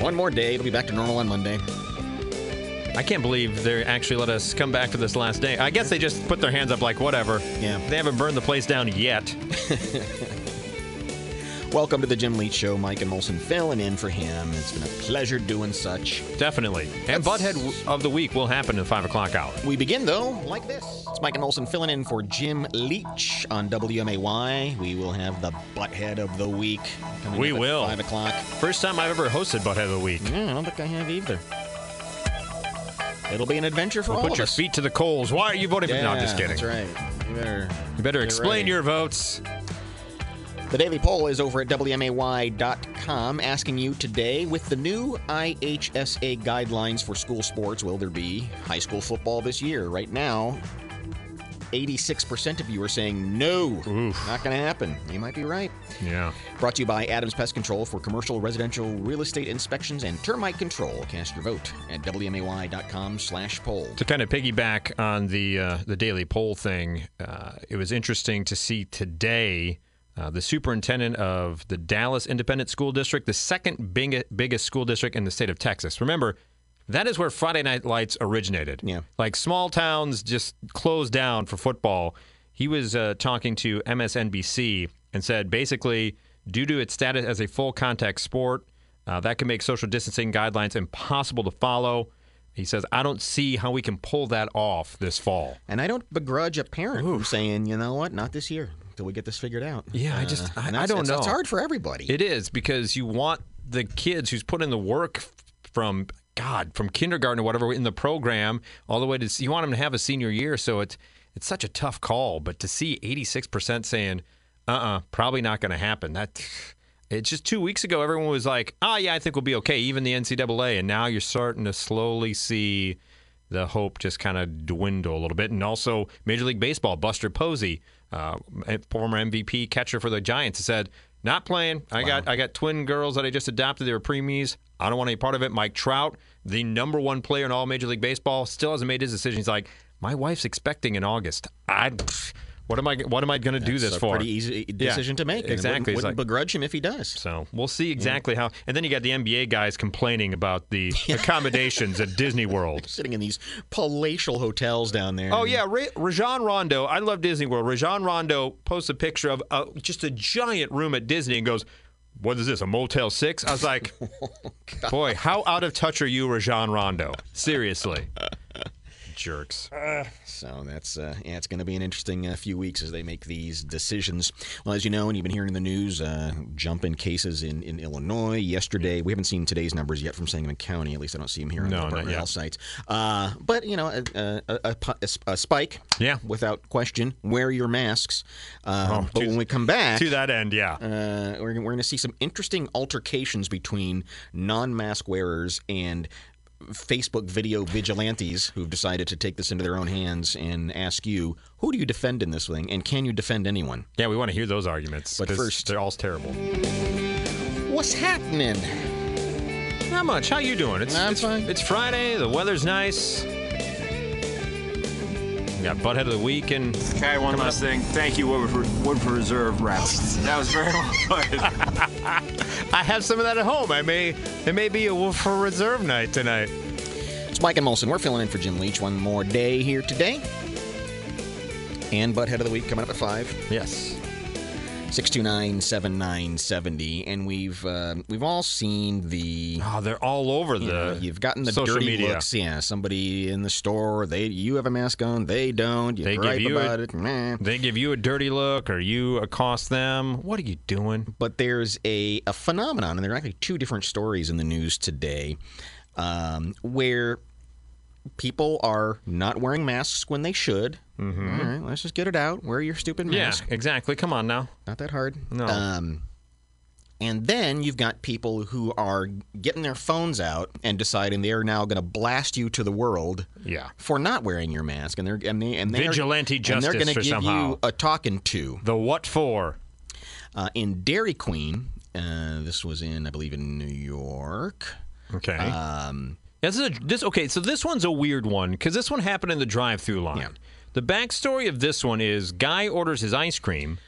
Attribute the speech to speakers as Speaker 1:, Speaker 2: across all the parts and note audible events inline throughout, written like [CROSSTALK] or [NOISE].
Speaker 1: One more day. It'll be back to normal on Monday.
Speaker 2: I can't believe they actually let us come back for this last day. I guess they just put their hands up like whatever.
Speaker 1: Yeah.
Speaker 2: They haven't burned the place
Speaker 1: [LAUGHS]
Speaker 2: down yet.
Speaker 1: Welcome to the Jim Leach Show. Mike and Molson filling in for him. It's been a pleasure doing such.
Speaker 2: Definitely. And Butthead w- of the Week will happen in the 5 o'clock hour.
Speaker 1: We begin, though, like this. It's Mike and Molson filling in for Jim Leach on WMAY. We will have the butthead of the week. coming
Speaker 2: We
Speaker 1: up at
Speaker 2: will.
Speaker 1: 5 o'clock.
Speaker 2: First time I've ever hosted Butthead of the Week.
Speaker 1: Yeah, I don't think I have either. It'll be an adventure for all
Speaker 2: Put
Speaker 1: of
Speaker 2: your
Speaker 1: us.
Speaker 2: feet to the coals. Why are you voting
Speaker 1: yeah,
Speaker 2: for No, I'm just kidding.
Speaker 1: That's right. You better
Speaker 2: You better
Speaker 1: Get
Speaker 2: explain
Speaker 1: ready.
Speaker 2: your votes.
Speaker 1: The daily poll is over at WMAY.com asking you today with the new IHSA guidelines for school sports, will there be high school football this year? Right now, 86% of you are saying no. Not going to happen. You might be right.
Speaker 2: Yeah.
Speaker 1: Brought to you by Adams Pest Control for commercial, residential, real estate inspections, and termite control. Cast your vote at WMAY.com slash poll.
Speaker 2: To kind of piggyback on the uh, the daily poll thing, uh, it was interesting to see today uh, the superintendent of the Dallas Independent School District, the second big, biggest school district in the state of Texas. Remember, that is where Friday Night Lights originated.
Speaker 1: Yeah.
Speaker 2: like small towns just closed down for football. He was uh, talking to MSNBC and said basically, due to its status as a full contact sport, uh, that can make social distancing guidelines impossible to follow. He says, I don't see how we can pull that off this fall.
Speaker 1: And I don't begrudge a parent who's saying, you know what, not this year until we get this figured out. Uh,
Speaker 2: Yeah, I just- I-
Speaker 1: and
Speaker 2: I
Speaker 1: that's-
Speaker 2: don't
Speaker 1: it's- It's
Speaker 2: know.
Speaker 1: hard for everybody.
Speaker 2: It is because you want the kids who's put in the work f- from God, from kindergarten or whatever in the program, all the way to you want them to have a senior year. So it's it's such a tough call. But to see 86% saying, uh uh probably not going to happen, that it's just two weeks ago, everyone was like, oh, yeah, I think we'll be okay, even the NCAA. And now you're starting to slowly see the hope just kind of dwindle a little bit. And also, Major League Baseball, Buster Posey, uh, former MVP catcher for the Giants, said, "Not playing. I got I got twin girls that I just adopted. They were preemies. I don't want any part of it." Mike Trout, the number one player in all Major League Baseball, still hasn't made his decision. He's like, "My wife's expecting in August. I, pff, what am I what am I going to do this
Speaker 1: It's a
Speaker 2: for?"
Speaker 1: pretty easy
Speaker 2: Yeah,
Speaker 1: decision to make. and
Speaker 2: Exactly.
Speaker 1: Wouldn't,
Speaker 2: It's
Speaker 1: wouldn't
Speaker 2: like-
Speaker 1: begrudge him if he does.
Speaker 2: so we'll see exactly how. And then you got the NBA guys complaining [LAUGHS]
Speaker 1: [LAUGHS]
Speaker 2: about the accommodations at Disney World.
Speaker 1: Sitting in these palatial hotels down there.
Speaker 2: Oh yeah, Ra- Rajon Rondo. I love Disney World. Rajon Rondo posts a picture of uh, just a giant room at Disney and goes, "What is this? A Motel 6? I was
Speaker 1: [LAUGHS]
Speaker 2: like,
Speaker 1: Oh,
Speaker 2: "Boy, how out of touch are you, Rajon Rondo?
Speaker 1: [LAUGHS]
Speaker 2: Seriously." Jerks.
Speaker 1: So that's uh, yeah, it's going to be an interesting uh, few weeks as they make these decisions. Well, as you know, and you've been hearing in the news, uh, jump in cases in, in Illinois yesterday. We haven't seen today's numbers yet from Sangamon County. At least I don't see them here on
Speaker 2: No,
Speaker 1: the
Speaker 2: not
Speaker 1: Department of
Speaker 2: yet.
Speaker 1: Health sites. Uh, but you know, a, a, a- a pu- a s- a spike,
Speaker 2: Yeah. Oh,
Speaker 1: without question. Wear your masks. Uh, but
Speaker 2: to-
Speaker 1: when we come back,
Speaker 2: To that end, yeah.
Speaker 1: uh, we're, we're going to see some interesting altercations between non-mask wearers and Facebook video vigilantes who've decided to take this into their own hands and ask you, who do you defend in this thing, and can you defend anyone?
Speaker 2: Yeah, we want to hear those arguments.
Speaker 1: But
Speaker 2: 'cause
Speaker 1: first-
Speaker 2: they're all terrible.
Speaker 1: What's happening?
Speaker 2: Not much. How you doing? It's
Speaker 1: Nah, I'm
Speaker 2: it's,
Speaker 1: fine.
Speaker 2: it's Friday. The weather's nice. We got butthead of the week and
Speaker 3: Okay, one last thing. Thank you, Woodford, Woodford Reserve Rep. That was very [LAUGHS] well played.
Speaker 2: [LAUGHS] I have some of that at home. I may it may be a Wolf for Reserve night tonight.
Speaker 1: It's Mike and Molson. We're filling in for Jim Leach one more day here today. And Butthead of the Week coming up at 5.
Speaker 2: Yes.
Speaker 1: 629-7970. And we've, uh, we've all seen the...
Speaker 2: Oh, they're all over the.
Speaker 1: you have gotten the
Speaker 2: social
Speaker 1: dirty
Speaker 2: media.
Speaker 1: looks. Yeah, somebody in the store, they you have a mask on, they don't. You
Speaker 2: They give
Speaker 1: gripe
Speaker 2: you a-
Speaker 1: about it. meh.
Speaker 2: They give you a dirty look, or you accost them. What are you doing?
Speaker 1: But there's a, a phenomenon, and there are actually two different stories in the news today um, where people are not wearing masks when they should. All right, let's just get it out. Wear your stupid
Speaker 2: Mm-hmm. Yeah,
Speaker 1: mask.
Speaker 2: exactly. Come on now.
Speaker 1: Not that hard.
Speaker 2: No.
Speaker 1: Um, and then you've got people who are getting their phones out and deciding they are now going to blast you to the world
Speaker 2: Yeah.
Speaker 1: for not wearing your mask, and they're and they and they're
Speaker 2: Vigilante
Speaker 1: and they're
Speaker 2: justice
Speaker 1: gonna
Speaker 2: for
Speaker 1: give
Speaker 2: somehow.
Speaker 1: you a talking to
Speaker 2: The what for?
Speaker 1: uh, in Dairy Queen. Uh, this was in, I believe, in New York.
Speaker 2: Okay. Um. This is a, this okay. So this one's a weird one because this one happened in the drive-through line.
Speaker 1: Yeah.
Speaker 2: The backstory of this one is guy orders his ice cream,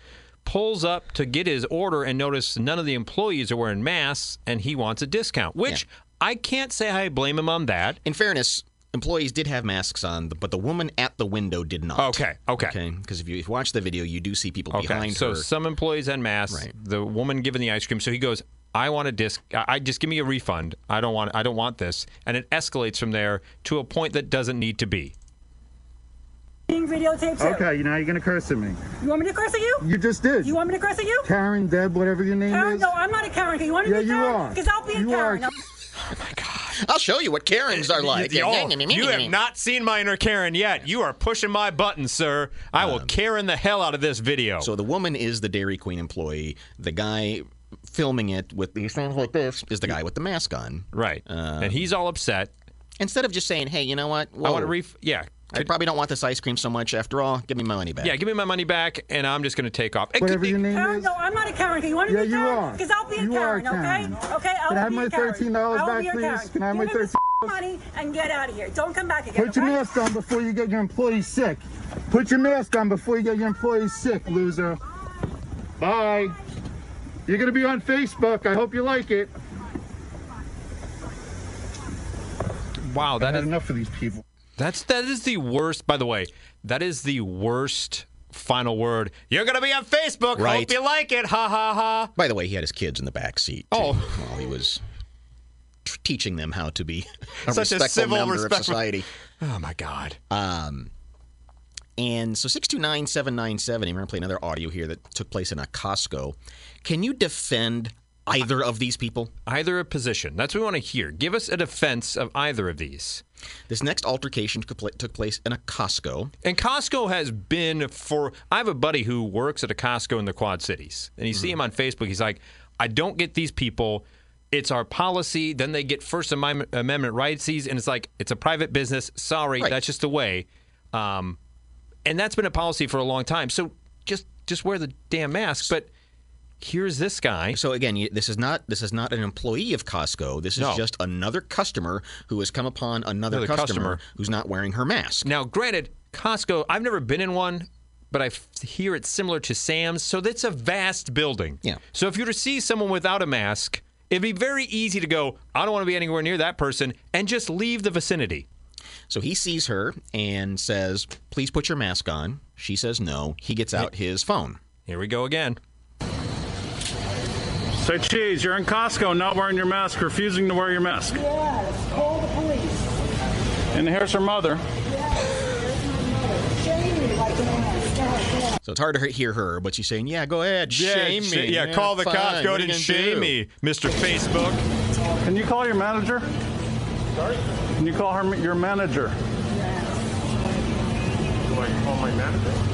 Speaker 2: pulls up to get his order and notice none of the employees are wearing masks and he wants a discount, which I can't say I blame him on that.
Speaker 1: In fairness, employees did have masks on, but the woman at the window did not.
Speaker 2: Okay, okay.
Speaker 1: Okay, because if you watch the video, you do see people
Speaker 2: Okay,
Speaker 1: behind
Speaker 2: so
Speaker 1: her.
Speaker 2: some employees had masks.
Speaker 1: Right.
Speaker 2: The woman given the ice cream, so he goes, "I want a disc. I I- just give me a refund. I don't want. I don't want this." And it escalates from there to a point that doesn't need to be.
Speaker 4: being videotaped too.
Speaker 5: Okay, you know you're gonna curse at me.
Speaker 4: You want me to curse at you?
Speaker 5: You just did.
Speaker 4: You want me to curse at you?
Speaker 5: Karen, Deb, whatever your name
Speaker 4: Karen?
Speaker 5: is.
Speaker 4: No, I'm not a Karen. You want to
Speaker 5: Yeah,
Speaker 4: be
Speaker 5: you
Speaker 4: Karen?
Speaker 5: are.
Speaker 4: Because I'll be a
Speaker 5: You
Speaker 4: Karen.
Speaker 5: are.
Speaker 1: I'll show you what Karens are like.
Speaker 2: [LAUGHS] you, all- you have not seen my inner Karen yet. You are pushing my button, sir. I
Speaker 1: Um,
Speaker 2: will Karen the hell out of this video.
Speaker 1: So the woman is the Dairy Queen employee. The guy filming it with these things like this is the guy with the mask on.
Speaker 2: right, and he's all upset.
Speaker 1: um, Instead of just saying, "Hey, you know what?
Speaker 2: I want
Speaker 1: Whoa,
Speaker 2: to ref. Yeah,
Speaker 1: I probably don't want this ice cream so much. After all, give me my money back."
Speaker 2: yeah. Give me my money back, and I'm just going to take off. It could
Speaker 5: Whatever
Speaker 2: be-
Speaker 5: your name
Speaker 4: Karen?
Speaker 5: is.
Speaker 4: No, I'm not a Karen. You want to
Speaker 5: Yeah,
Speaker 4: be
Speaker 5: you
Speaker 4: Karen?
Speaker 5: are.
Speaker 4: Because I'll be a
Speaker 5: You are a
Speaker 4: Karen, okay?
Speaker 5: Karen.
Speaker 4: Okay, I'll
Speaker 5: Can I have
Speaker 4: be
Speaker 5: my
Speaker 4: a Karen.
Speaker 5: $13
Speaker 4: I'll
Speaker 5: back,
Speaker 4: be a
Speaker 5: please?
Speaker 4: Karen.
Speaker 5: Can I have
Speaker 4: Give
Speaker 5: my
Speaker 4: me this
Speaker 5: 13
Speaker 4: money and get out of here. Don't come back again.
Speaker 5: Put your
Speaker 4: okay?
Speaker 5: mask on before you get your employees sick. Put your mask on before you get your employees sick, loser. Bye. You're gonna be on Facebook. I hope you like it.
Speaker 2: Wow,
Speaker 5: I
Speaker 2: that
Speaker 5: had
Speaker 2: is
Speaker 5: enough of these people.
Speaker 2: That's that is the worst. By the way, that is the worst final word. You're gonna be on Facebook.
Speaker 1: Right.
Speaker 2: Hope you like it. Ha ha ha.
Speaker 1: By the way, he had his kids in the back seat. too,
Speaker 2: Oh.
Speaker 1: while he was t- teaching them how to be a
Speaker 2: Such a
Speaker 1: respectful
Speaker 2: civil,
Speaker 1: member of
Speaker 2: respectful-
Speaker 1: society.
Speaker 2: Oh my God.
Speaker 1: Um, And so 629797, I'm going to play another audio here that took place in a Costco. Can you defend either of these people?
Speaker 2: either a position. That's what we want to hear. Give us a defense of either of these.
Speaker 1: This next altercation took pla- took place in a Costco.
Speaker 2: And Costco has been for. I have a buddy who works at a Costco in the Quad Cities, and you see
Speaker 1: Mm-hmm.
Speaker 2: him on Facebook. He's like, I don't get these people. It's our policy. Then they get First Amendment Amendment rightsies, and it's like it's a private business. Sorry,
Speaker 1: Right.
Speaker 2: that's just the way. Um, and that's been a policy for a long time. So just just wear the damn mask. But here's this guy.
Speaker 1: So again, you- this is not this is not an employee of Costco. This is
Speaker 2: No.
Speaker 1: just another customer who has come upon another,
Speaker 2: Another
Speaker 1: customer,
Speaker 2: customer.
Speaker 1: who's not wearing her mask.
Speaker 2: Now, granted, Costco, I've never been in one, but I f- hear it's similar to Sam's. So that's a vast building.
Speaker 1: Yeah.
Speaker 2: So if you were to see someone without a mask, it'd be very easy to go, I don't want to be anywhere near that person, and just leave the vicinity.
Speaker 1: So he sees her and says, "Please put your mask on." She says, "No." He gets out his phone.
Speaker 2: Here we go again.
Speaker 6: Say cheese, you're in Costco not wearing your mask, refusing to wear your mask.
Speaker 7: Yes, call the police.
Speaker 6: And here's her mother.
Speaker 7: Shame me like an ass. God, God.
Speaker 1: So it's hard to he- hear her, but she's saying, "Yeah, go ahead, shame me." fine. What are you gonna do?"
Speaker 2: Mr. Facebook.
Speaker 6: Can you call your manager? Can you call her ma- your manager?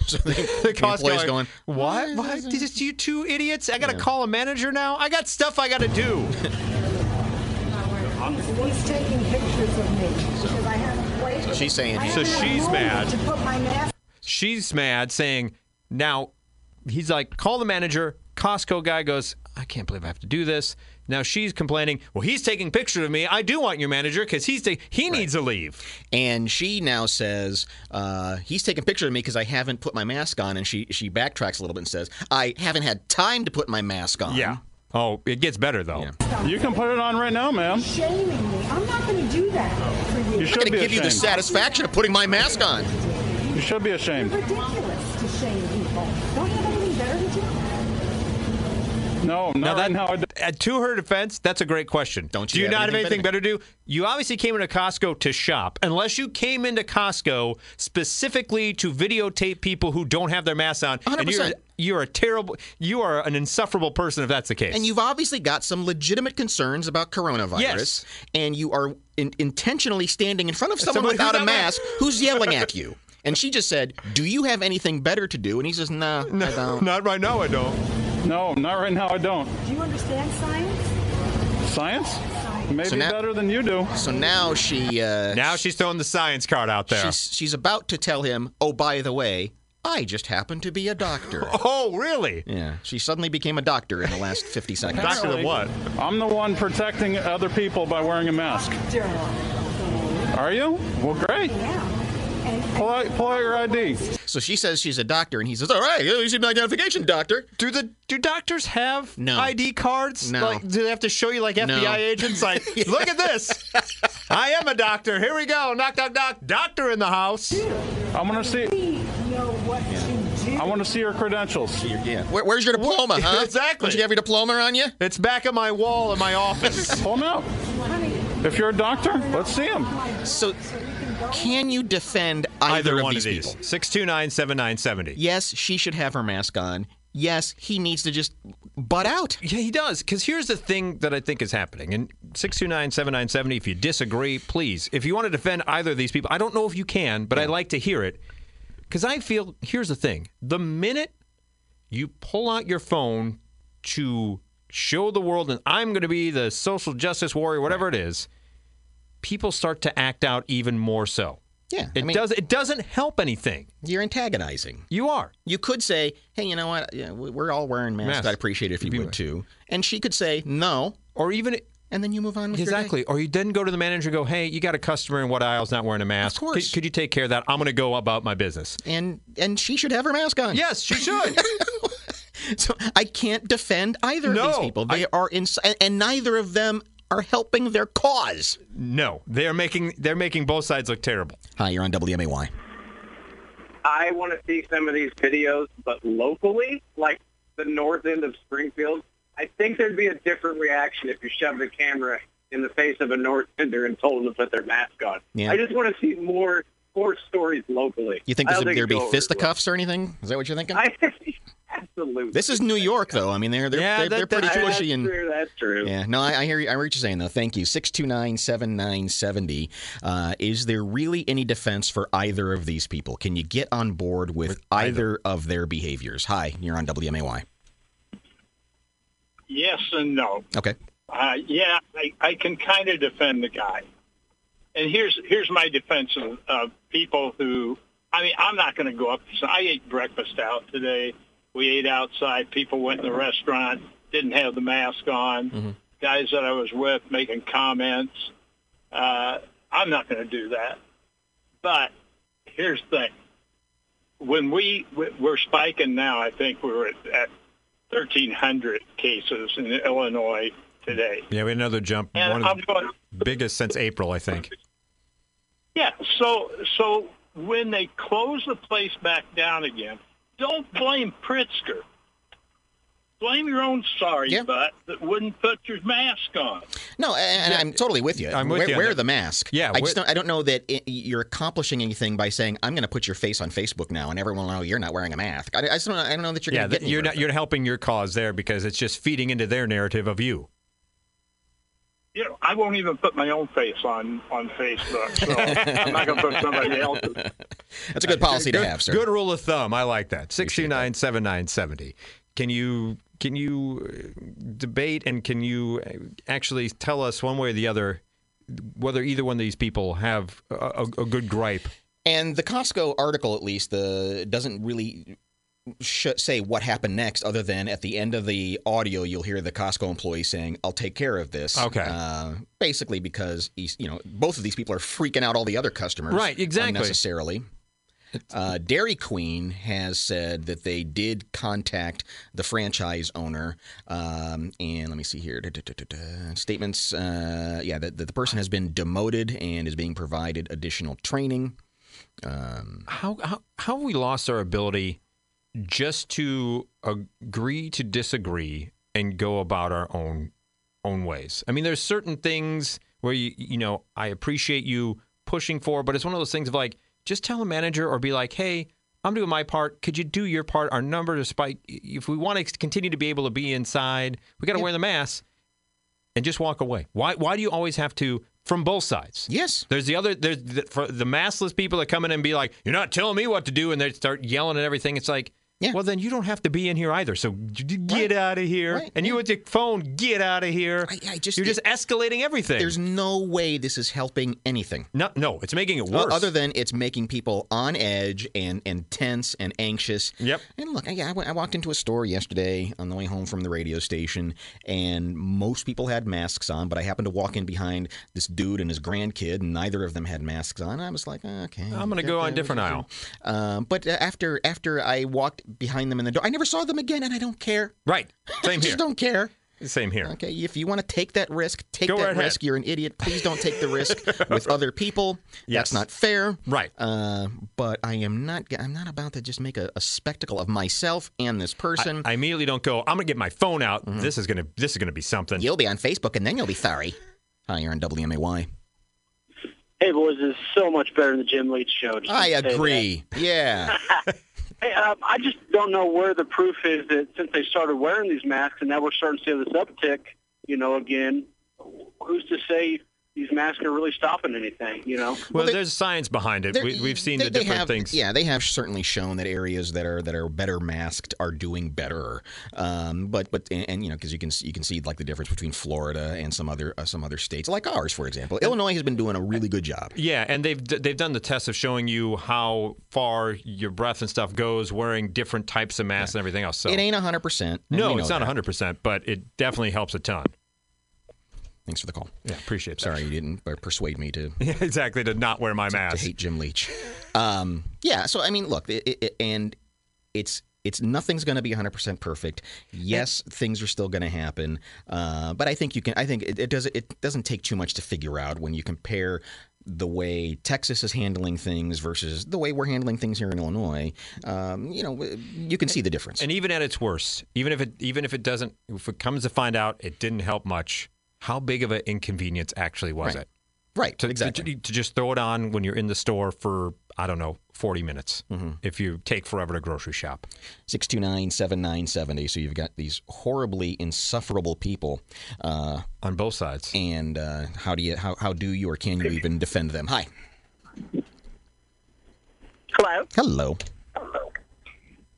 Speaker 1: So [LAUGHS] the, the employee's going,
Speaker 2: What? What? Just you two idiots? I got to call a manager now? I got stuff I got to do.
Speaker 7: He's taking pictures of me because I haven't waited. So
Speaker 1: she's saying-
Speaker 2: So she's mad.
Speaker 7: To put my mask
Speaker 2: She's mad, saying, now he's like, call the manager. Costco guy goes, I can't believe I have to do this. Now she's complaining, well, he's taking pictures of me. I do want your manager because he's ta- he needs to leave.
Speaker 1: And she now says, uh, he's taking pictures of me because I haven't put my mask on. And she, she backtracks a little bit and says, I haven't had time to put my mask on.
Speaker 2: Oh, it gets better though.
Speaker 6: You can put it on right now, ma'am.
Speaker 7: shaming me. I'm not going to do
Speaker 2: Oh.
Speaker 7: that for you.
Speaker 6: You
Speaker 1: I'm
Speaker 6: should
Speaker 1: going to
Speaker 6: be
Speaker 1: give you the
Speaker 6: ashamed.
Speaker 1: satisfaction of putting my mask on.
Speaker 6: You should be ashamed.
Speaker 7: Ridiculous to shame people. Don't you have anything better to do?
Speaker 6: No,
Speaker 2: Now
Speaker 6: not
Speaker 2: that
Speaker 6: right now. I don't.
Speaker 2: uh, to her defense, that's a great question.
Speaker 1: Don't
Speaker 2: Do
Speaker 1: you
Speaker 2: you
Speaker 1: have
Speaker 2: not have
Speaker 1: anything
Speaker 2: anything
Speaker 1: better
Speaker 2: better to do? You obviously came into Costco to shop, unless you came into Costco specifically to videotape people who don't have their masks on. And you're
Speaker 1: 100%.
Speaker 2: you're a terrible, you are an insufferable person if that's the case.
Speaker 1: And you've obviously got some legitimate concerns about coronavirus.
Speaker 2: Yes.
Speaker 1: And you are in- intentionally standing in front of someone
Speaker 2: Someone
Speaker 1: without a
Speaker 2: without a mask.
Speaker 1: mask who's yelling at you. And she just said, Do you have anything better to do? And he says, No, I don't.
Speaker 2: not right now. I don't.
Speaker 6: No, not right now. I don't.
Speaker 7: Do you understand science?
Speaker 6: Science? Maybe
Speaker 1: So now-
Speaker 6: better than you do.
Speaker 1: So now she uh,
Speaker 2: Now she's throwing the science card out there.
Speaker 1: she's, she's about to tell him, Oh, by the way, I just happen to be a doctor.
Speaker 2: [LAUGHS] oh, really?
Speaker 1: Yeah, she suddenly became a doctor in the last 50 seconds.
Speaker 2: Doctor of what?
Speaker 6: I'm the one protecting other people by wearing a mask.
Speaker 7: Doctor.
Speaker 6: Are you? Well, great.
Speaker 7: Yeah. and
Speaker 6: Pull out, pull out your ID.
Speaker 1: So she says she's a doctor, and he says, "All right, you should be identification doctor."
Speaker 2: Do the do doctors have
Speaker 1: No.
Speaker 2: ID cards?
Speaker 1: No.
Speaker 2: Like, do they have to show you like FBI
Speaker 1: No. [LAUGHS]
Speaker 2: agents? Like, look at this. I am a doctor. Here we go. Knock, knock, knock. Doctor in the house.
Speaker 6: I want to see.
Speaker 7: we know what to do.
Speaker 6: I want to see your credentials.
Speaker 1: Yeah. Where, where's your diploma,
Speaker 7: [LAUGHS]
Speaker 1: huh?
Speaker 2: Exactly.
Speaker 1: Don't you have your diploma on you?
Speaker 2: It's back on my wall in
Speaker 6: [LAUGHS]
Speaker 2: my office.
Speaker 6: Pull them out. If you're a doctor, let's see them.
Speaker 1: So, can you defend either, of these people?
Speaker 2: Six two nine seven nine seventy.
Speaker 1: Yes, she should have her mask on. Yes, he needs to just butt out.
Speaker 2: Yeah, he does. Because here's the thing that I think is happening. And 629 7970, if you disagree, please. If you want to defend either of these people, I don't know if you can, but I'd like to hear it. Because I feel here's the thing the minute you pull out your phone to show the world, and I'm going to be the social justice warrior, whatever it is, people start to act out even more so.
Speaker 1: Yeah, I
Speaker 2: It,
Speaker 1: mean-
Speaker 2: does, it doesn't help anything.
Speaker 1: You're antagonizing.
Speaker 2: You are.
Speaker 1: You could say, "Hey, you know what? Yeah, we- we're all wearing masks.
Speaker 2: Masks.
Speaker 1: I'd appreciate it if you
Speaker 2: Be
Speaker 1: would
Speaker 2: with-
Speaker 1: too." And she could say, "No,"
Speaker 2: Or even
Speaker 1: and then you move on with your day.
Speaker 2: Exactly. Or you then go to the manager and go, hey, you got a customer in what aisle's not wearing a mask.
Speaker 1: Of course.
Speaker 2: Could, could you take care of that? I'm going to go about my business.
Speaker 1: And and she should have her mask on.
Speaker 2: Yes, she should.
Speaker 1: [LAUGHS] So I can't defend either of
Speaker 2: No,
Speaker 1: these people. They are in, and neither of them are helping their cause.
Speaker 2: no, they're making they're making both sides look terrible.
Speaker 1: Hi, you're on WMAY.
Speaker 8: I want to see some of these videos, but locally, like the north end of Springfield, I think there'd be a different reaction if you shoved a camera in the face of a north ender and told them to put their mask on.
Speaker 1: Yeah.
Speaker 8: I just want to see more more stories locally.
Speaker 1: You think
Speaker 8: I
Speaker 1: there's-
Speaker 8: don't
Speaker 1: there'd
Speaker 8: it'd go
Speaker 1: be
Speaker 8: over
Speaker 1: fisticuffs or anything? Is that what you're thinking?
Speaker 8: well. [LAUGHS] I, absolutely.
Speaker 1: this is New York, though. I mean, they're they're
Speaker 2: Yeah,
Speaker 1: they're,
Speaker 2: that-
Speaker 1: they're
Speaker 2: that-
Speaker 1: pretty
Speaker 8: that's
Speaker 1: pushy and.
Speaker 8: true. That's true.
Speaker 1: Yeah, no, I, I hear you. I hear what you're saying, though. Thank you. 629-7970. Uh, is there really any defense for either of these people? Can you get on board with, either. of their behaviors? Hi, you're on WMAY.
Speaker 9: Yes and no.
Speaker 1: Okay.
Speaker 9: Uh, yeah, I, I can kind of defend the guy. And here's here's my defense of, of people who. I mean, I'm not going to go up. So I ate breakfast out today. We ate outside. People went in the restaurant. Didn't have the mask on. Guys that I was with making comments. Uh, I'm not going to do that. But here's the thing. When we we're spiking now, I think we were at, at 1,300 cases in Illinois today.
Speaker 2: Yeah, we had another jump.
Speaker 9: And
Speaker 2: One
Speaker 9: I'm
Speaker 2: of the
Speaker 9: going,
Speaker 2: biggest since April, I think.
Speaker 9: yeah. So so when they close the place back down again, don't blame Pritzker. Blame your own sorry
Speaker 1: Yeah.
Speaker 9: butt that wouldn't put your mask on.
Speaker 1: No, and and I'm totally with you.
Speaker 2: I'm with
Speaker 1: wear,
Speaker 2: you on
Speaker 1: Wear
Speaker 2: that.
Speaker 1: the mask.
Speaker 2: Yeah,
Speaker 1: I just
Speaker 2: wear-
Speaker 1: don't. I don't know that it, you're accomplishing anything by saying I'm going to put your face on Facebook now, and everyone will know you're not wearing a mask. I, I just don't. I don't know that you're
Speaker 2: Yeah,
Speaker 1: going to
Speaker 2: that,
Speaker 1: get
Speaker 2: you're
Speaker 1: anywhere
Speaker 2: not
Speaker 1: with
Speaker 2: you're helping your cause there because it's just feeding into their narrative of you.
Speaker 9: You know, I won't even put my own face on on Facebook. So
Speaker 10: [LAUGHS]
Speaker 9: I'm not going to put
Speaker 1: [LAUGHS]
Speaker 9: somebody else's.
Speaker 1: it. That's a good policy to
Speaker 2: Uh, good,
Speaker 1: have, sir.
Speaker 2: Good rule of thumb. I like that. Six two nine seven nine seventy. Can you can you uh, debate and can you uh, actually tell us one way or the other whether either one of these people have a, a, a good gripe?
Speaker 1: And the Costco article, at least, the doesn't really sh- say what happened next, other than at the end of the audio, you'll hear the Costco employee saying, "I'll take care of this."
Speaker 2: Okay.
Speaker 1: Uh, basically, because he's, you know both of these people are freaking out all the other customers,
Speaker 2: Right, exactly.
Speaker 1: unnecessarily. Uh, Dairy Queen has said that they did contact the franchise owner. Um, and let me see here. Da, da, da, da, da. Statements. Uh, yeah, that, that the person has been demoted and is being provided additional training. Um,
Speaker 2: How how how have we lost our ability just to agree to disagree and go about our own own ways? I mean, there's certain things where you you know I appreciate you pushing for, but it's one of those things of like just tell a manager or be like, hey. I'm doing my part. Could you do your part? Our numbers are spike. If we want to continue to be able to be inside, we got to wear the mask and just walk away. Why? Why do you always have to from both sides?
Speaker 1: Yes.
Speaker 2: There's the other there's the, for the massless people that come in and be like, "You're not telling me what to do," and they start yelling at everything. It's like,
Speaker 1: Yeah.
Speaker 2: Well, then you don't have to be in here either. So g- g-
Speaker 1: Right.
Speaker 2: get out of here.
Speaker 1: Right,
Speaker 2: And you with your phone, get out of here.
Speaker 1: I- I just-
Speaker 2: You're just escalating everything.
Speaker 1: There's no way this is helping anything.
Speaker 2: no, no, it's making it
Speaker 1: Well,
Speaker 2: worse.
Speaker 1: Uh, other than it's making people on edge and, and tense and anxious.
Speaker 2: Yep.
Speaker 1: And look, I, I went- I walked into a store yesterday on the way home from the radio station, and most people had masks on, but I happened to walk in behind this dude and his grandkid, and neither of them had masks on. I was like, "Oh, okay.
Speaker 2: I'm gonna go on a different aisle.
Speaker 1: Um, but uh, after after I walked behind them in the door, I never saw them again, and I don't care.
Speaker 2: Right.
Speaker 1: [LAUGHS]
Speaker 2: Same
Speaker 1: Just
Speaker 2: here.
Speaker 1: don't care.
Speaker 2: Same here.
Speaker 1: Okay, if you want to take that risk, take
Speaker 2: Go
Speaker 1: that
Speaker 2: right ahead.
Speaker 1: risk. You're an idiot. Please don't take the risk
Speaker 2: [LAUGHS]
Speaker 1: with other people.
Speaker 2: Yes.
Speaker 1: That's not fair.
Speaker 2: Right.
Speaker 1: Uh, but I am not. I'm not about to just make a, a spectacle of myself and this person. Mm-hmm.
Speaker 2: I immediately don't go. I'm gonna get my phone out. This is gonna. This is gonna be something.
Speaker 1: you'll be on Facebook, and then you'll be sorry. Hi, you're on WMAY.
Speaker 8: Hey, boys, this is so much better than the Jim Leach show. Just
Speaker 1: I
Speaker 8: to say that.
Speaker 1: agree.
Speaker 10: [LAUGHS]
Speaker 1: Yeah.
Speaker 8: Hey, um, I just don't know where the proof is that since they started wearing these masks and now we're starting to see this uptick, you know, again, who's to say these masks are really stopping anything, you know?
Speaker 2: Well,
Speaker 1: they-
Speaker 2: there's science behind it.
Speaker 1: There-
Speaker 2: We, we've seen
Speaker 1: they-
Speaker 2: the
Speaker 1: they
Speaker 2: different
Speaker 1: have-
Speaker 2: things.
Speaker 1: Yeah, they have certainly shown that areas that are that are better masked are doing better. Um, but but and, and, you know because you can see- you can see like the difference between Florida and some other uh, some other states like ours for example. Illinois has been doing a really good job.
Speaker 2: Yeah, and they've they've done the test of showing you how far your breath and stuff goes wearing different types of masks and everything else. So
Speaker 1: It ain't hundred percent.
Speaker 2: no, it's not 100, percent but it definitely helps a ton.
Speaker 1: Thanks for the call.
Speaker 2: Yeah, appreciate that.
Speaker 1: Sorry you didn't uh, persuade me to
Speaker 2: [LAUGHS] Yeah, exactly to not wear my
Speaker 1: to
Speaker 2: mask.
Speaker 1: hate Jim Leach. Um, yeah, so I mean, look, it, it, it- and it's it's nothing's going to be 100% perfect. Yes, things are still going to happen, uh, but I think you can. I think it, it does. It doesn't take too much to figure out when you compare the way Texas is handling things versus the way we're handling things here in Illinois. Um, you know, w- you can see the difference.
Speaker 2: And even at its worst, even if it even if it doesn't, if it comes to find out it didn't help much, how big of an inconvenience actually was
Speaker 1: Right.
Speaker 2: it?
Speaker 1: right.
Speaker 2: To, to-
Speaker 1: exactly.
Speaker 2: to, just throw it on when you're in the store for I don't know 40 minutes
Speaker 1: Mm-hmm.
Speaker 2: if you take forever to grocery shop.
Speaker 1: 629 7970. So you've got these horribly insufferable people. Uh,
Speaker 2: on both sides.
Speaker 1: and uh, how do you how, how do you or can you even defend them? Hi,
Speaker 11: Hello.
Speaker 1: hello.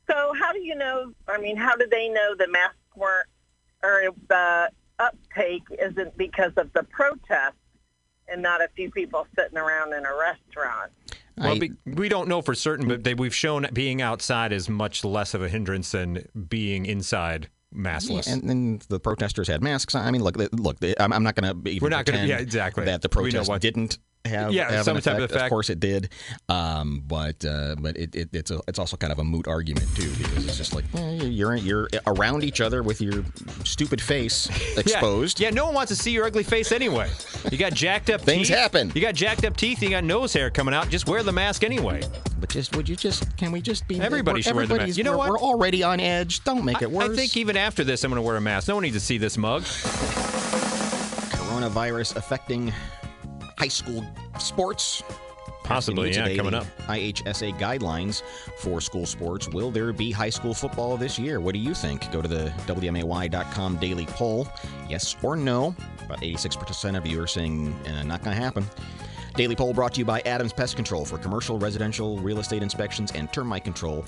Speaker 11: So, how do you know? I mean, how do they know the masks weren't or the uptake isn't because of the protest and not a few people sitting around in a restaurant?
Speaker 2: Well,
Speaker 1: I-
Speaker 2: be, we don't know for certain, but they, we've shown being outside is much less of a hindrance than being inside maskless.
Speaker 1: and then the protesters had masks. on. I mean, look, th- Uh, look. th- I'm, I'm not going to.
Speaker 2: We're not gonna- yeah, exactly.
Speaker 1: That the
Speaker 2: We know
Speaker 1: protest
Speaker 2: what-
Speaker 1: didn't have,
Speaker 2: Yeah,
Speaker 1: have
Speaker 2: some
Speaker 1: an
Speaker 2: type of effect.
Speaker 1: Of course, it did. Um, but uh, but it, it, it's a, it's also kind of a moot argument too because it's just like eh, you're you're around each other with your stupid face
Speaker 2: [LAUGHS] Yeah.
Speaker 1: exposed.
Speaker 2: Yeah, no one wants to see your ugly face anyway. You got jacked
Speaker 1: [LAUGHS]
Speaker 2: up
Speaker 1: Things
Speaker 2: teeth.
Speaker 1: happen.
Speaker 2: You got jacked up teeth. You got nose hair coming out. Just wear the mask anyway.
Speaker 1: But just would you just can we just be
Speaker 2: Everybody
Speaker 1: we're-
Speaker 2: should wear the
Speaker 1: everybody's-
Speaker 2: mask. You know
Speaker 1: we're,
Speaker 2: what?
Speaker 1: We're already on edge. Don't make
Speaker 2: I,
Speaker 1: it worse.
Speaker 2: I think even after this, I'm going to wear a mask. No one needs to see this mug.
Speaker 1: coronavirus affecting high school sports.
Speaker 2: Possibly,
Speaker 1: Asking you
Speaker 2: yeah,
Speaker 1: today
Speaker 2: coming
Speaker 1: the
Speaker 2: up.
Speaker 1: IHSA guidelines for school sports. Will there be high school football this year? What do you think? Go to the WMAY.com daily poll. Yes or no? About 86% of you are saying uh, not going to happen. Daily poll brought to you by Adams Pest Control for commercial, residential, real estate inspections, and termite control.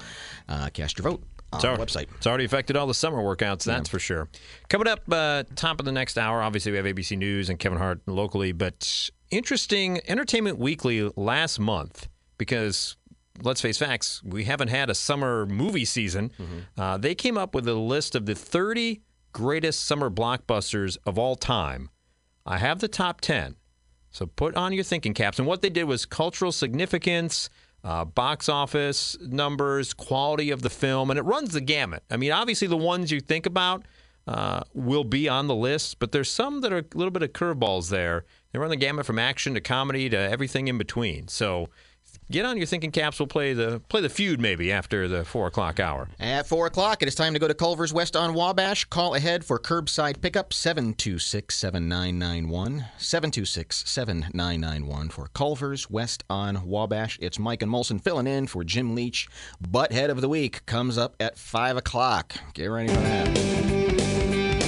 Speaker 1: Uh, cast your vote on
Speaker 2: It's
Speaker 1: the
Speaker 2: al-
Speaker 1: website.
Speaker 2: It's already affected all the summer workouts, that's for sure. Coming up, uh, top of the next hour, obviously we have ABC News and Kevin Hart locally, but interesting Entertainment Weekly last month because. Let's face facts, we haven't had a summer movie season. Uh, they came up with a list of the 30 greatest summer blockbusters of all time. I have the top 10. So put on your thinking caps. And what they did was cultural significance, uh, box office numbers, quality of the film, and it runs the gamut. I mean, obviously, the ones you think about uh, will be on the list, but there's some that are a little bit of curveballs there. They run the gamut from action to comedy to everything in between. So get on your thinking caps. We'll play the play the feud maybe after the four o'clock hour.
Speaker 1: At 4 o'clock, it is time to go to Culver's West on Wabash. Call ahead for curbside pickup 726 7991. 726 7991 for Culver's West on Wabash. It's Mike and Molson filling in for Jim Leach. Butthead of the Week comes up at 5 o'clock. Get ready for that.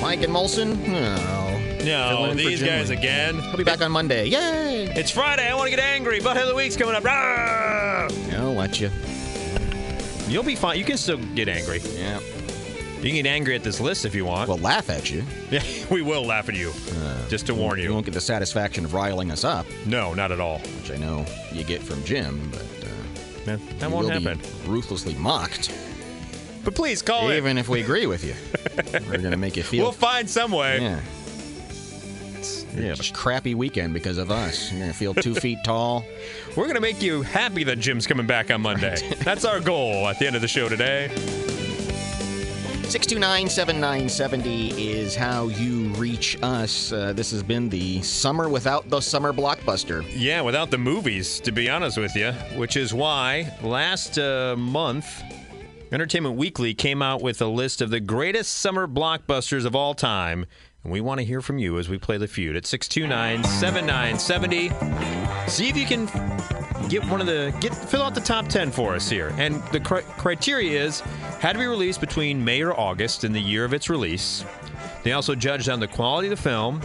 Speaker 1: Mike and Molson? No. Filling in for Jim Leach.
Speaker 2: again.
Speaker 1: We'll be back on Monday. Yay!
Speaker 2: It's Friday. I want to get angry. But of the week's coming up.
Speaker 1: I'll let you.
Speaker 2: You'll be fine. You can still get angry.
Speaker 1: Yeah.
Speaker 2: You can get angry at this list if you want.
Speaker 1: We'll laugh at you.
Speaker 2: [LAUGHS]
Speaker 1: Uh,
Speaker 2: Yeah, we will laugh at you. just to warn you.
Speaker 1: You won't get the satisfaction of riling us up.
Speaker 2: No, not at all.
Speaker 1: Which I know you get from Jim, but. Uh,
Speaker 2: Man, that
Speaker 1: you
Speaker 2: won't
Speaker 1: will be
Speaker 2: happen.
Speaker 1: ruthlessly mocked.
Speaker 2: But please call it.
Speaker 1: Even if we agree with
Speaker 2: [LAUGHS]
Speaker 1: you, we're going to make you feel.
Speaker 2: We'll find some way.
Speaker 1: yeah. You're gonna have a crappy weekend because of us. You're going to feel
Speaker 2: [LAUGHS]
Speaker 1: two feet tall.
Speaker 2: We're going to make you happy that Jim's coming back on Monday. That's our goal at the end of the show today.
Speaker 1: 629 7970 is how you reach us. Uh, this has been the Summer Without the Summer Blockbuster.
Speaker 2: Yeah, without the movies, to be honest with you, which is why last uh, month, Entertainment Weekly came out with a list of the greatest summer blockbusters of all time. And we want to hear from you as we play the feud at 629 7970. See if you can get one of the get fill out the top 10 for us here and the cri- criteria is had to be released between may or august in the year of its release they also judged on the quality of the film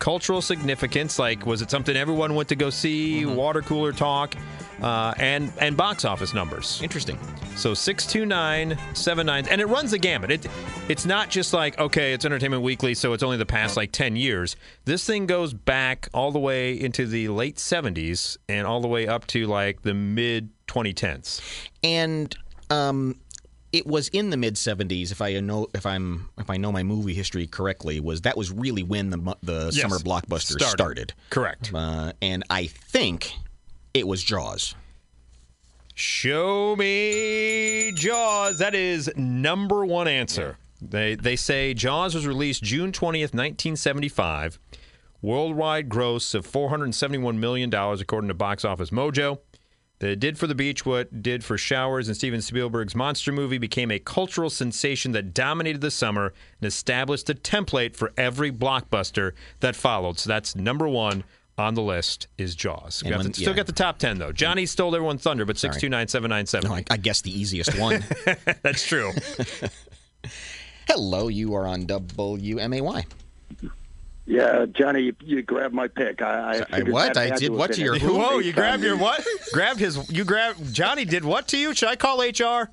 Speaker 2: cultural significance like was it something everyone went to go see water cooler talk uh, and and box office numbers
Speaker 1: Interesting.
Speaker 2: so 62979 and it runs the gamut. It it's not just like okay, it's Entertainment Weekly so it's only the past like 10 years. This thing goes back all the way into the late 70s and all the way up to like the mid 2010s.
Speaker 1: and um, it was in the mid '70s, if I know if I'm if I know my movie history correctly, was that was really when the mu- the
Speaker 2: Yes.
Speaker 1: summer blockbuster started.
Speaker 2: Started. Correct.
Speaker 1: Uh, and I think it was Jaws.
Speaker 2: Show me Jaws. That is number one answer. They they say Jaws was released June 20th, 1975. Worldwide gross of 471 million dollars according to Box Office Mojo. They did for the beach what did for showers and Steven Spielberg's monster movie became a cultural sensation that dominated the summer and established the template for every blockbuster that followed. So that's number 1 on the list is Jaws. We
Speaker 1: And
Speaker 2: got
Speaker 1: when-
Speaker 2: the- still
Speaker 1: yeah.
Speaker 2: got the top 10 though. Johnny stole everyone's thunder but 629797.
Speaker 1: No, I, I guess the easiest one.
Speaker 2: [LAUGHS] That's true.
Speaker 1: [LAUGHS] Hello, you are on WMAY.
Speaker 12: Yeah, Johnny, you, you grabbed my pick. I, I figured
Speaker 1: what?
Speaker 12: that
Speaker 1: I
Speaker 12: had
Speaker 1: did
Speaker 12: to have
Speaker 1: what to
Speaker 12: been
Speaker 1: your
Speaker 12: it.
Speaker 1: who?
Speaker 2: [LAUGHS] Whoa,
Speaker 12: Based
Speaker 2: you grabbed
Speaker 12: on
Speaker 2: your
Speaker 12: the-
Speaker 2: what? grabbed his you grabbed Johnny did what to you? Should I call HR?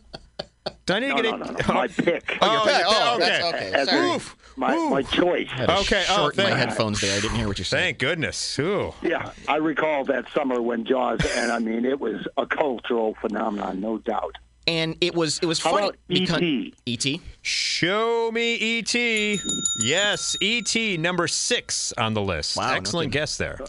Speaker 2: Do I need
Speaker 12: No,
Speaker 2: to get
Speaker 12: no,
Speaker 2: a
Speaker 12: no, no, my pick.
Speaker 2: [LAUGHS] Oh, your
Speaker 1: pick.
Speaker 2: pick.
Speaker 1: Oh,
Speaker 2: okay.
Speaker 1: that's okay.
Speaker 12: As
Speaker 1: Sorry.
Speaker 12: in
Speaker 2: Oof,
Speaker 12: my,
Speaker 2: oof.
Speaker 12: my choice.
Speaker 1: I had to
Speaker 2: Okay, oh,
Speaker 1: short my
Speaker 2: thank-
Speaker 1: headphones there. I didn't hear what you said.
Speaker 2: Thank goodness. Ooh.
Speaker 12: Yeah, I recall that summer when Jaws, and I mean, it was a cultural phenomenon, no doubt.
Speaker 1: And it was it was
Speaker 12: How
Speaker 1: funny. E
Speaker 12: about E E.T.?
Speaker 1: E.T.
Speaker 2: Show me E.T. Yes, E.T. number six on the list.
Speaker 1: Wow, no
Speaker 2: Excellent
Speaker 1: kidding.
Speaker 2: guess there.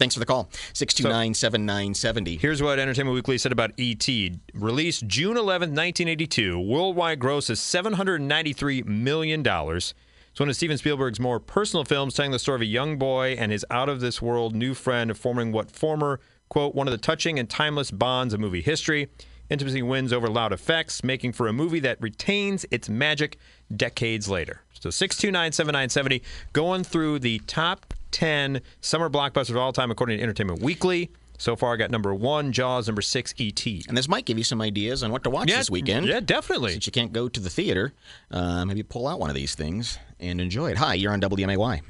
Speaker 1: Thanks for the call. Six two nine seven nine seventy.
Speaker 2: Here's what Entertainment Weekly said about E.T. Released June 11, 1982, worldwide gross is $793 million. It's one of Steven Spielberg's more personal films, telling the story of a young boy and his out of this world new friend, forming what former, quote, one of the touching and timeless bonds of movie history. Intimacy wins over loud effects, making for a movie that retains its magic decades later. So 6297970, going through the top 10 summer blockbusters of all time, according to Entertainment Weekly. So far, I got number one, Jaws, number six, E E.T.
Speaker 1: And this might give you some ideas on what to watch this weekend.
Speaker 2: Yeah, definitely.
Speaker 1: Since you can't go to the theater, uh, maybe pull out one of these things and enjoy it. Hi, you're on WMAY.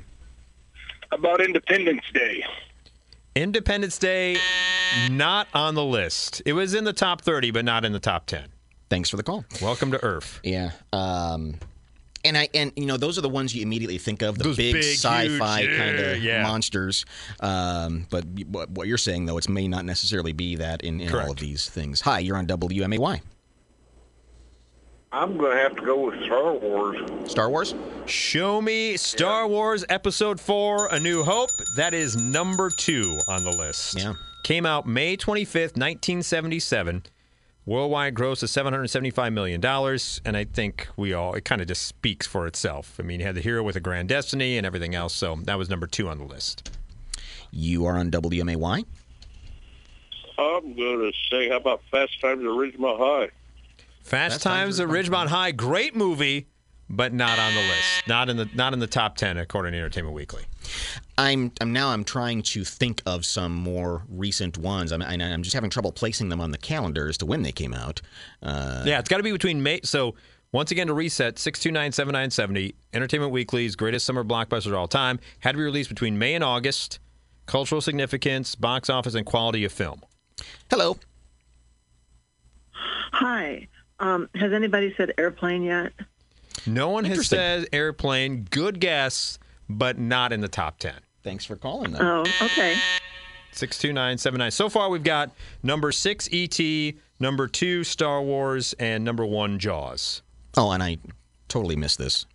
Speaker 9: About Independence Day.
Speaker 2: Independence Day, not on the list. It was in the top 30, but not in the top 10.
Speaker 1: Thanks for the call.
Speaker 2: Welcome to Earth.
Speaker 1: Yeah. Um, and I and you know those are the ones you immediately think of the
Speaker 2: Those
Speaker 1: big,
Speaker 2: big,
Speaker 1: sci-fi
Speaker 2: huge, yeah,
Speaker 1: kind of
Speaker 2: yeah.
Speaker 1: monsters. Um, but y- what what you're saying though, it may not necessarily be that in, in all of
Speaker 2: Correct.
Speaker 1: these things. Hi, you're on WMAY.
Speaker 8: I'm going to have to go with Star Wars.
Speaker 1: Star Wars.
Speaker 2: Show me Star Wars Episode 4 A New Hope. That is number two on the list.
Speaker 1: Yeah.
Speaker 2: Came out May 25th, 1977. Worldwide gross of $775 million. And I think we all, it kind of just speaks for itself. I mean, you had the hero with a grand destiny and everything else. So that was number two on the list.
Speaker 1: You are on WMAY.
Speaker 9: I'm going to say, how about Fast Times at Ridgemont High?
Speaker 2: Fast
Speaker 1: Fast Times
Speaker 2: Times at
Speaker 1: at
Speaker 2: Ridgemont High, great movie, but not on the list. Not in the not in the top ten according to Entertainment Weekly.
Speaker 1: I'm, I'm now I'm trying to think of some more recent ones. I'm and I'm just having trouble placing them on the calendar as to when they came out. Uh,
Speaker 2: Yeah, it's got to be between May. So once again, to reset, six two nine seven nine seventy. Entertainment Weekly's greatest summer blockbuster of all time had to be released between May and August. Cultural significance, box office, and quality of film.
Speaker 1: hello.
Speaker 13: Hi. Um, has anybody said airplane yet?
Speaker 2: No one has said airplane. Good guess, but not in the top 10.
Speaker 1: Thanks for calling,
Speaker 13: Oh, okay.
Speaker 2: 62979. So far, we've got number six, E.T., number two, Star Wars, and number one, Jaws.
Speaker 1: Oh, and I totally missed this.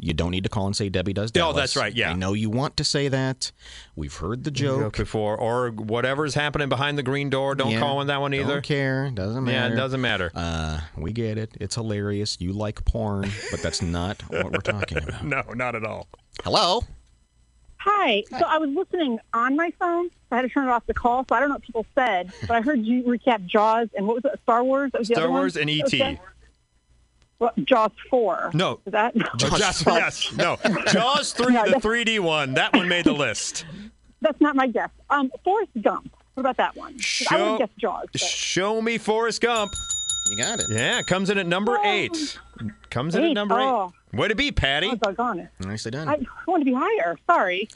Speaker 1: You don't need to call and say Debbie does Dallas.
Speaker 2: Oh, that's right, yeah.
Speaker 1: I know you want to say that. We've heard the joke.
Speaker 2: before, or whatever's happening behind the green door. Don't
Speaker 1: Yeah.
Speaker 2: call on that one either.
Speaker 1: Don't care. Doesn't
Speaker 2: Yeah, it
Speaker 1: matter.
Speaker 2: doesn't matter.
Speaker 1: Uh, we get it. It's hilarious. You like porn, but that's not what we're talking about.
Speaker 2: [LAUGHS] No, not at all.
Speaker 1: Hello?
Speaker 14: Hi. So I was listening on my phone. So I had to turn it off the call, so I don't know what people said, but I heard you recap Jaws and what was it? Star Wars. That was the
Speaker 2: Star
Speaker 14: other one?
Speaker 2: Wars and
Speaker 14: That was
Speaker 2: E.T.
Speaker 14: that- Well, Jaws four.
Speaker 2: No.
Speaker 14: Is [LAUGHS] that
Speaker 2: Jaws, yes, no. Jaws 3,
Speaker 14: No,
Speaker 2: the
Speaker 14: that's-
Speaker 2: 3D one. That one made the list.
Speaker 14: That's not my guess. Um, Forrest Gump. What about that one? 'Cause I
Speaker 2: Show-
Speaker 14: would guess Jaws. but-
Speaker 2: Show me Forrest Gump.
Speaker 1: You got it.
Speaker 2: Yeah, comes in at number eight. Comes in at
Speaker 14: Oh. Eight,
Speaker 2: number
Speaker 14: oh.
Speaker 2: eight. Way to be, Patty.
Speaker 14: Oh, doggone it.
Speaker 1: Nicely done.
Speaker 14: I I want to be higher. Sorry.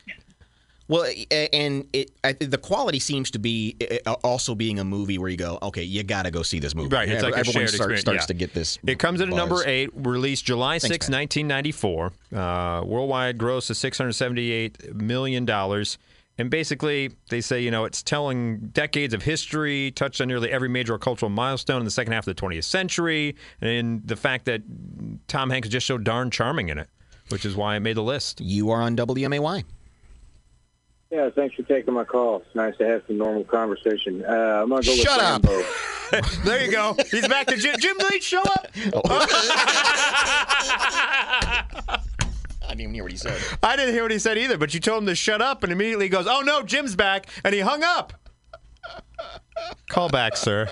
Speaker 1: Well, a- and it, I, think the quality seems to be uh, also being a movie where you go, okay, you got to go see this movie.
Speaker 2: Right,
Speaker 1: Ev-
Speaker 2: it's like a
Speaker 1: everyone
Speaker 2: shared
Speaker 1: start-
Speaker 2: experience,
Speaker 1: starts
Speaker 2: yeah.
Speaker 1: to get this.
Speaker 2: It comes in at number
Speaker 1: buzz.
Speaker 2: eight, released July
Speaker 1: Thanks,
Speaker 2: 6, 1994. Uh, worldwide gross is $678 million. And basically, they say, you know, it's telling decades of history, touched on nearly every major cultural milestone in the second half of the 20th century, and the fact that Tom Hanks is just so darn charming in it, which is why I made the list.
Speaker 1: You are on WMAY.
Speaker 15: Yeah, thanks for taking my call. It's nice to have some normal conversation. Uh, I'm gonna go
Speaker 2: Shut
Speaker 15: with
Speaker 2: up.
Speaker 15: Rambo.
Speaker 2: [LAUGHS] there you go. He's back to Jim. Jim Leach, show up.
Speaker 1: [LAUGHS] I didn't even hear what he said.
Speaker 2: I didn't hear what he said either, but you told him to shut up, and immediately he goes, "Oh no, Jim's back," and he hung up. Call back, sir.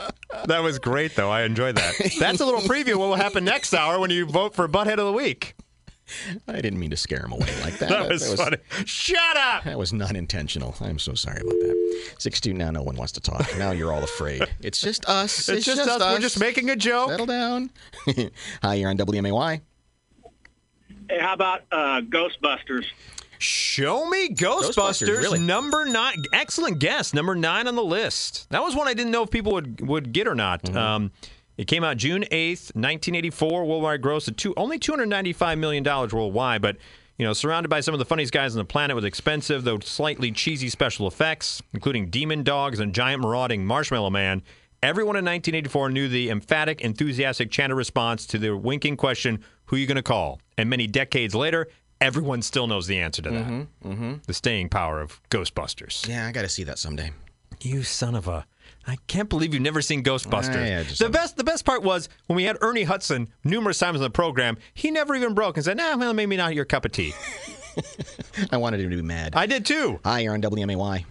Speaker 2: That was great, though. [LAUGHS] I enjoyed that.
Speaker 1: [LAUGHS]
Speaker 2: That's a little preview of what will happen next hour when you vote for Butthead of the Week.
Speaker 1: I didn't mean to scare him away like that.
Speaker 2: [LAUGHS] That was funny. Shut up!
Speaker 1: That was not intentional. I'm so sorry about that. 62901 wants to talk. Now you're all
Speaker 2: [LAUGHS]
Speaker 1: afraid. It's just us.
Speaker 2: It's, just, us. We're just making a joke.
Speaker 1: Settle down. [LAUGHS] Hi, you're on WMAY.
Speaker 9: Hey, how about uh, Ghostbusters?
Speaker 2: Show me Ghostbusters,
Speaker 9: Ghostbusters, really.
Speaker 2: number nine. Excellent guess, number nine on the list. That was one I didn't know if people would would get or not. Um, it came out June eighth, nineteen eighty four. Worldwide gross of two only two hundred ninety five million dollars worldwide, but you know, surrounded by some of the funniest guys on the planet with expensive though slightly cheesy special effects, including demon dogs and giant marauding marshmallow man. Everyone in 1984 knew the emphatic, enthusiastic chanter response to the winking question, "Who you going to call?" And many decades later, everyone still knows the answer to that.
Speaker 1: Mm-hmm.
Speaker 2: The staying power of Ghostbusters.
Speaker 1: Yeah, I got to see that someday.
Speaker 2: You son of a! I can't believe you've never seen Ghostbusters.
Speaker 1: I- I just
Speaker 2: the best, the best part was when we had Ernie Hudson numerous times on the program. He never even broke and said, "Nah, well, maybe not your cup
Speaker 1: [LAUGHS]
Speaker 2: of tea."
Speaker 1: [LAUGHS] I wanted him to be mad.
Speaker 2: I did too.
Speaker 1: Hi, you're on WMAY.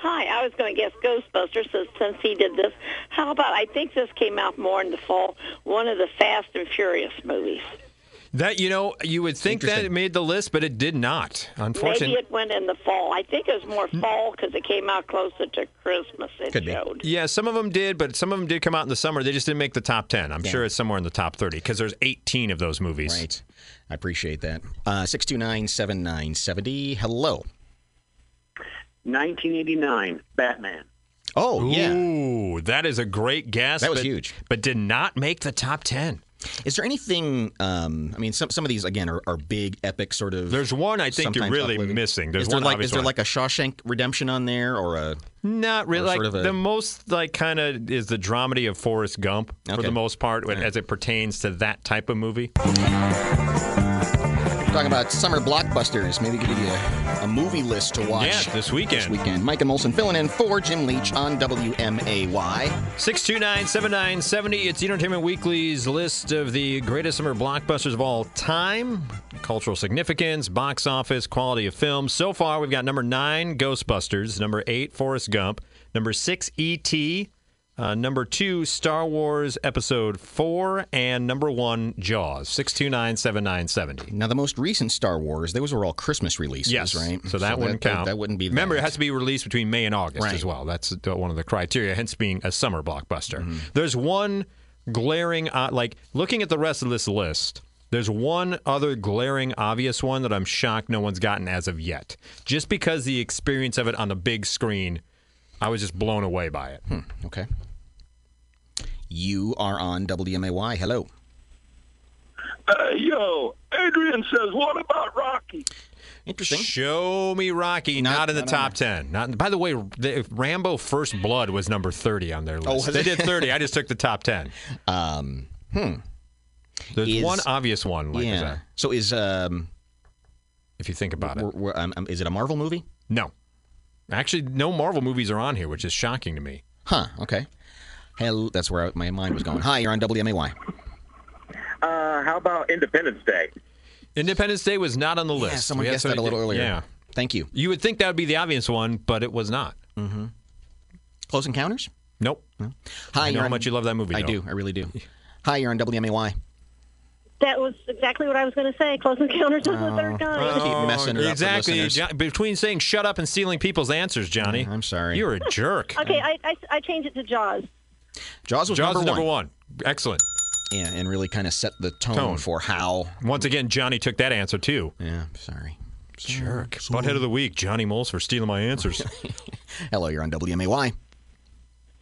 Speaker 16: Hi, I was going to guess Ghostbusters so since he did this. How about, I think this came out more in the fall, one of the Fast and Furious movies.
Speaker 2: That you know, you would think that it made the list, but it did not. Unfortunately,
Speaker 16: Maybe it went in the fall. I think it was more fall because it came out closer to Christmas. It showed.
Speaker 2: Yeah, some of them did, but some of them did come out in the summer. They just didn't make the top 10. I'm sure it's somewhere in the top 30 because there's 18 of those movies.
Speaker 1: Right. I appreciate that. Uh, 629-7970. Hello.
Speaker 17: 1989, Batman.
Speaker 1: Oh, yeah.
Speaker 2: Ooh, that is a great guess.
Speaker 1: That was
Speaker 2: but-
Speaker 1: huge.
Speaker 2: But did not make the top 10.
Speaker 1: Is there anything, um, I mean, some, some of these, again, are, are big, epic sort of.
Speaker 2: There's one I think you're
Speaker 1: sometimes
Speaker 2: really
Speaker 1: uplifting.
Speaker 2: missing. There's
Speaker 1: is there
Speaker 2: one
Speaker 1: like,
Speaker 2: obvious
Speaker 1: Is there
Speaker 2: one.
Speaker 1: like a Shawshank Redemption on there or a.
Speaker 2: Not
Speaker 1: Or
Speaker 2: really. Like
Speaker 1: sort of a-
Speaker 2: the most like kind of is the dramedy of Forrest Gump for the most part as it pertains to that type of movie.
Speaker 1: Talking about summer blockbusters. Maybe give you a, a movie list to watch.
Speaker 2: Yeah, this weekend.
Speaker 1: This weekend. Mike and Molson filling in for Jim Leach on WMAY.
Speaker 2: 629-7970. It's Entertainment Weekly's list of the greatest summer blockbusters of all time, cultural significance, box office, quality of film. So far, we've got number nine, Ghostbusters. Number eight, Forrest Gump. Number six, E.T. Uh, number two, Star Wars Episode Four, and number one, Jaws. Six two nine seven nine seventy.
Speaker 1: Now, the most recent Star Wars, those were all Christmas releases,
Speaker 2: Yes,
Speaker 1: right?
Speaker 2: So that wouldn't
Speaker 1: that,
Speaker 2: count.
Speaker 1: That wouldn't be.
Speaker 2: Remember,
Speaker 1: that.
Speaker 2: it has to be released between May and August
Speaker 1: Right.
Speaker 2: as well. That's the- one of the criteria, hence being a summer blockbuster.
Speaker 1: Mm-hmm.
Speaker 2: There's one glaring, uh, like looking at the rest of this list. There's one other glaring, obvious one that I'm shocked no one's gotten as of yet. Just because the experience
Speaker 1: Hmm.
Speaker 2: of it on the big screen, I was just blown away by it.
Speaker 1: Okay. You are on WMAY. Hello.
Speaker 17: Uh, yo, Adrian says, what about Rocky?
Speaker 1: Interesting.
Speaker 2: Show me Rocky. Not, in the
Speaker 1: not on
Speaker 2: top ten. Not. By the way, the, Rambo First Blood was number thirty on their
Speaker 1: Oh,
Speaker 2: list.
Speaker 1: was
Speaker 2: they
Speaker 1: it?
Speaker 2: did thirty. I just took the top ten.
Speaker 1: Um, hmm.
Speaker 2: There's
Speaker 1: Is-
Speaker 2: one obvious one. Like
Speaker 1: yeah.
Speaker 2: that.
Speaker 1: So is um,
Speaker 2: if you think about
Speaker 1: it, um, um, is it a Marvel movie?
Speaker 2: No. Actually, no Marvel movies are on here, which is shocking to me.
Speaker 1: Huh. Okay. Hell, that's where I- my mind was going. Hi, you're on WMAY.
Speaker 18: Uh, how about Independence Day?
Speaker 2: Independence Day was not on the list.
Speaker 1: someone
Speaker 2: We had
Speaker 1: guessed that a little earlier.
Speaker 2: Yeah.
Speaker 1: Thank you.
Speaker 2: You would think that would be the obvious one, but it was not.
Speaker 1: Mm-hmm. Close Encounters.
Speaker 2: Nope.
Speaker 1: Hi,
Speaker 2: I know
Speaker 1: you're
Speaker 2: how
Speaker 1: on-
Speaker 2: much you love that movie.
Speaker 1: I
Speaker 2: though.
Speaker 1: do. I really do. Hi, you're on WMAY.
Speaker 19: That was exactly what I was going to say. Close Encounters of the
Speaker 1: Oh,
Speaker 19: Third Kind.
Speaker 1: Keep messing it up for
Speaker 2: Oh, exactly.
Speaker 1: listeners.
Speaker 2: Jo- between saying "shut up" and stealing people's answers, Johnny. I'm
Speaker 1: sorry.
Speaker 2: You're a jerk.
Speaker 19: [LAUGHS] Okay, I, I, I changed it to Jaws.
Speaker 1: Jaws was
Speaker 2: Jaws
Speaker 1: number
Speaker 2: is number
Speaker 1: one.
Speaker 2: one. Excellent.
Speaker 1: Yeah, and really kind of set the tone,
Speaker 2: Tone.
Speaker 1: for how.
Speaker 2: Once again, Johnny took that answer too.
Speaker 1: Yeah. Sorry.
Speaker 2: Jerk. Butthead of the week, Johnny Moles for stealing
Speaker 1: [LAUGHS]
Speaker 2: my answers.
Speaker 1: Hello, you're on WMAY.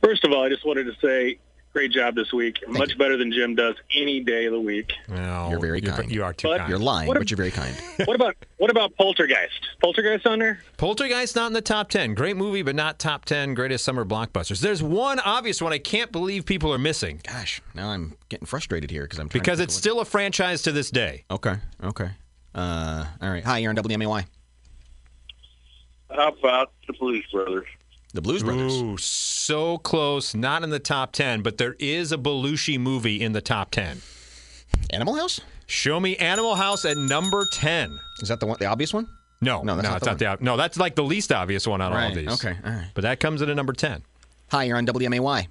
Speaker 18: First of all, I just wanted to say, great job this week. Much better than Jim does any day of the week.
Speaker 2: No,
Speaker 1: you're very kind.
Speaker 2: You are too
Speaker 18: But-
Speaker 2: kind.
Speaker 1: You're lying,
Speaker 18: What a-
Speaker 1: but you're very kind.
Speaker 18: what about what about Poltergeist? Poltergeist on there?
Speaker 2: Poltergeist not in the top 10. Great movie, but not top 10 greatest summer blockbusters. There's one obvious one I can't believe people are missing.
Speaker 1: Gosh, now I'm getting frustrated here because I'm trying to
Speaker 2: Because
Speaker 1: think
Speaker 2: it's
Speaker 1: of
Speaker 2: still a franchise to this day.
Speaker 1: what- okay. Okay. Uh, all right. Hi, you're on WMAY.
Speaker 17: How about the Blues Brothers?
Speaker 1: The Blues Brothers.
Speaker 2: Ooh, so close. Not in the top 10, but there is a Belushi movie in the top 10.
Speaker 1: Animal House?
Speaker 2: Show me Animal House at number 10.
Speaker 1: Is that the one, the obvious one?
Speaker 2: No,
Speaker 1: No,
Speaker 2: no,
Speaker 1: that's
Speaker 2: no,
Speaker 1: not
Speaker 2: it's
Speaker 1: the
Speaker 2: not the ob- no, that's like the least obvious one out of all
Speaker 1: Right,
Speaker 2: these.
Speaker 1: okay, all right.
Speaker 2: But that comes in at number 10.
Speaker 1: Hi, you're on WMAY.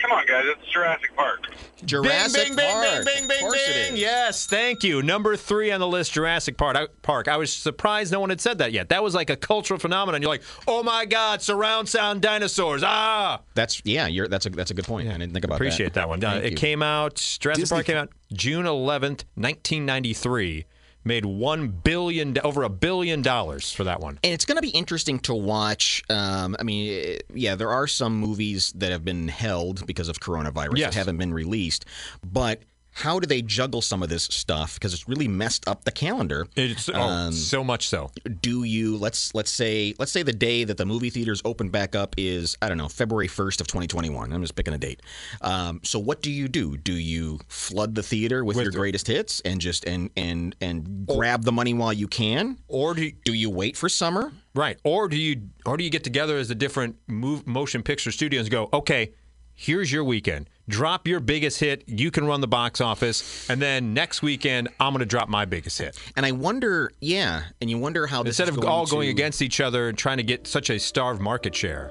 Speaker 17: Come on, guys, it's Jurassic Park.
Speaker 1: Jurassic
Speaker 2: bing, bing,
Speaker 1: Park.
Speaker 2: Bing, bing,
Speaker 1: Of
Speaker 2: bing,
Speaker 1: course it
Speaker 2: bing. Yes, thank you. Number three on the list, Jurassic Park. I, Park. I was surprised no one had said that yet. That was like a cultural phenomenon. You're like, oh my God, surround sound dinosaurs. Ah.
Speaker 1: That's yeah. You're that's a that's a good point. I didn't think about
Speaker 2: Appreciate that, one. Uh,
Speaker 1: Thank
Speaker 2: it
Speaker 1: you.
Speaker 2: came out, Jurassic
Speaker 1: Disney-
Speaker 2: Park came out June 11th, 1993. Made one billion, over a billion dollars for that one.
Speaker 1: And it's going to be interesting to watch. Um, I mean, eh, yeah, there are some movies that have been held because of coronavirus
Speaker 2: Yes.
Speaker 1: that haven't been released, but how do they juggle some of this stuff? Because it's really messed up the calendar.
Speaker 2: It's oh,
Speaker 1: Um,
Speaker 2: so much so.
Speaker 1: Do you let's let's say let's say the day that the movie theaters open back up is I don't know February first of 2021. I'm just picking a date. Um, so what do you do? Do you flood the theater with, your greatest hits and just and and and grab the money while you can?
Speaker 2: Or do you,
Speaker 1: do you wait for summer?
Speaker 2: Right. Or do you or do you get together as the different move, motion picture studios and go, okay, here's your weekend. Drop your biggest hit. You can run the box office, and then next weekend I'm going to drop my biggest hit.
Speaker 1: And I wonder, yeah, and you wonder how this
Speaker 2: Instead
Speaker 1: is
Speaker 2: of
Speaker 1: going
Speaker 2: all
Speaker 1: to-
Speaker 2: going against each other and trying to get such a starved market share.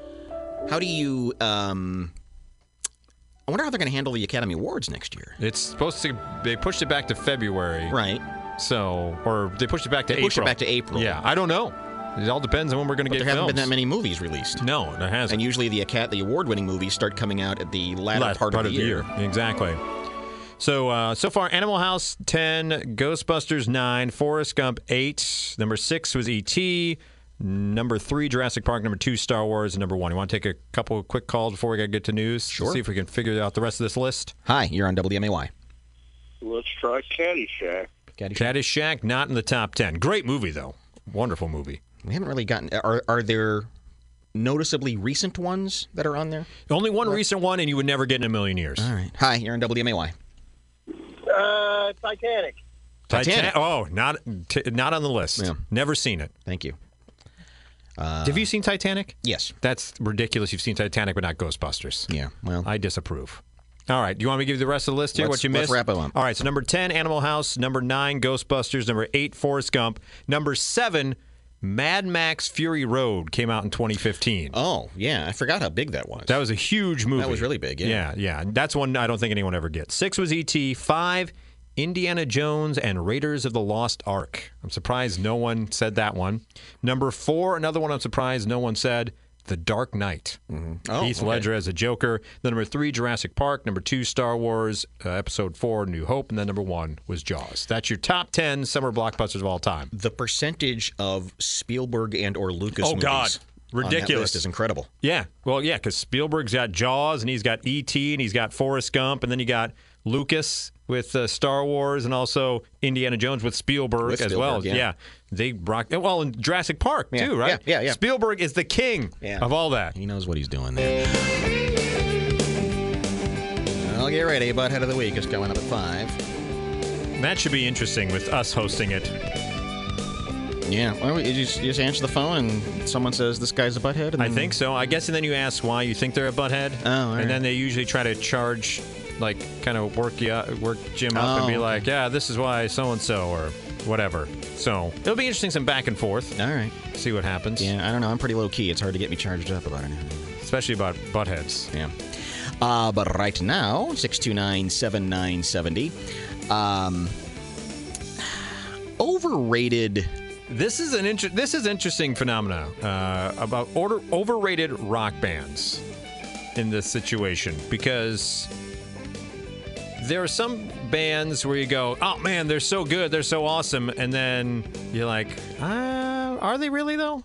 Speaker 1: How do you? Um, I wonder how they're going to handle the Academy Awards next year.
Speaker 2: It's supposed to. They pushed it back to February.
Speaker 1: Right.
Speaker 2: So, or they pushed it back to
Speaker 1: They
Speaker 2: April.
Speaker 1: pushed it back to April.
Speaker 2: Yeah, I don't know. It all depends on when we're going to
Speaker 1: But
Speaker 2: get
Speaker 1: there haven't been
Speaker 2: films.
Speaker 1: that many movies released.
Speaker 2: No, there hasn't.
Speaker 1: And usually the Acad- the award-winning movies start coming out at the latter
Speaker 2: Last
Speaker 1: part, of the year.
Speaker 2: Exactly. So uh, so far, Animal House ten, Ghostbusters nine, Forrest Gump eight, number six was E.T., number three Jurassic Park, number two Star Wars, and number one. You want to take a couple of quick calls before we gotta get to news?
Speaker 1: Sure.
Speaker 2: See if we can figure out the rest of this list.
Speaker 1: Hi, you're on WMAY.
Speaker 17: Let's try Caddyshack.
Speaker 2: Caddyshack not in the top ten. Great movie though. Wonderful movie.
Speaker 1: We haven't really gotten. Are are there noticeably recent ones that are on there?
Speaker 2: Only one recent one, and you would never get in a million years.
Speaker 1: All right. Hi, you're on WMAY.
Speaker 17: Uh, Titanic.
Speaker 1: Titanic.
Speaker 2: Titan- oh, not t- not on the list. Never seen it. Uh,
Speaker 1: Thank you.
Speaker 2: Have you seen Titanic?
Speaker 1: Yes.
Speaker 2: That's ridiculous. You've seen Titanic, but not Ghostbusters.
Speaker 1: Yeah. Well,
Speaker 2: I disapprove. All right. Do you want me to give you the rest of the list here?
Speaker 1: Let's-
Speaker 2: what you
Speaker 1: let's
Speaker 2: missed?
Speaker 1: wrap it up.
Speaker 2: All right. So number ten, Animal House. Number nine, Ghostbusters. Number eight, Forrest Gump. Number seven, Mad Max: Fury Road came out in 2015.
Speaker 1: Oh yeah, I forgot how big that was.
Speaker 2: That was a huge movie.
Speaker 1: was really big, yeah.
Speaker 2: Yeah. Yeah. And That's one I don't think anyone ever gets. Six was E.T. Five. Indiana Jones and Raiders of the Lost Ark. I'm surprised no one said that one. Number four, another one I'm surprised no one said, The Dark Knight.
Speaker 1: Oh,
Speaker 2: Heath
Speaker 1: okay.
Speaker 2: Ledger as a Joker. Then number three, Jurassic Park. Number two, Star Wars. Uh, episode four, New Hope. And then number one was Jaws. That's your top 10 summer blockbusters of all time.
Speaker 1: the percentage of Spielberg and or Lucas
Speaker 2: Oh,
Speaker 1: movies
Speaker 2: God.
Speaker 1: On that
Speaker 2: Ridiculous.
Speaker 1: list is incredible.
Speaker 2: Yeah. Well, yeah, because Spielberg's got Jaws, and he's got E.T., and he's got Forrest Gump, and then you got Lucas with uh, Star Wars, and also Indiana Jones with Spielberg
Speaker 1: With
Speaker 2: as well.
Speaker 1: Spielberg, yeah.
Speaker 2: They rock. Well, and Jurassic Park,
Speaker 1: Yeah,
Speaker 2: too, right?
Speaker 1: yeah, yeah, yeah.
Speaker 2: Spielberg is the king
Speaker 1: Yeah.
Speaker 2: of all that.
Speaker 1: He knows what he's doing there. Well, get ready. Butthead of the Week is coming up at 5.
Speaker 2: That should be interesting with us hosting it.
Speaker 1: Yeah. Why don't we- you, just, you just answer the phone and someone says this guy's a butthead? And
Speaker 2: I think so. I guess, and then you ask why you think they're a butthead. Oh,
Speaker 1: right.
Speaker 2: And then they usually try to charge, like, kind of work you, up- work Jim up
Speaker 1: Oh,
Speaker 2: and be
Speaker 1: okay.
Speaker 2: like, yeah, this is why so and so or whatever. So it'll be interesting, some back and forth.
Speaker 1: All right.
Speaker 2: See what happens.
Speaker 1: Yeah, I don't know. I'm pretty low key. It's hard to get me charged up about anything.
Speaker 2: Especially about buttheads.
Speaker 1: Yeah. Uh, but right now, 629 7970. Um, overrated.
Speaker 2: This is an inter- this is interesting phenomena uh, about order- overrated rock bands in this situation because there are some bands where you go, oh man, they're so good, they're so awesome, and then you're like, uh, are they really though?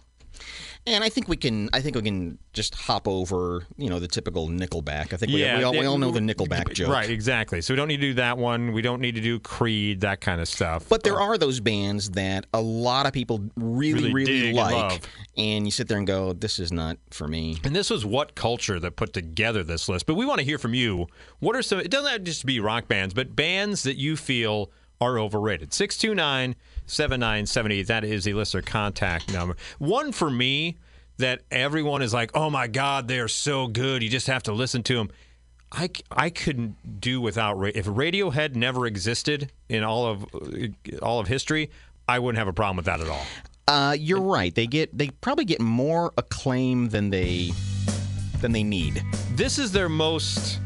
Speaker 1: And I think we can. I think we can just hop over. You know the typical Nickelback. I think we, we, all, we all know the Nickelback joke.
Speaker 2: right? Exactly. So we don't need to do that one. We don't need to do Creed, that kind of stuff.
Speaker 1: But there are those bands that a lot of people really,
Speaker 2: Really
Speaker 1: really,
Speaker 2: dig and
Speaker 1: like,
Speaker 2: love.
Speaker 1: and you sit there and go, "This is not for me."
Speaker 2: And this was what culture that put together this list. But we want to hear from you. What are some, it doesn't have to just be rock bands, but bands that you feel are overrated. 629 7970. That is the listener contact number. One for me that everyone is like, oh my God, they're so good. You just have to listen to them. I, c- I couldn't do without Ra- if Radiohead never existed in all of uh, all of history, I wouldn't have a problem with that at all.
Speaker 1: Uh, you're right. They get they probably get more acclaim than they than they need.
Speaker 2: this is their most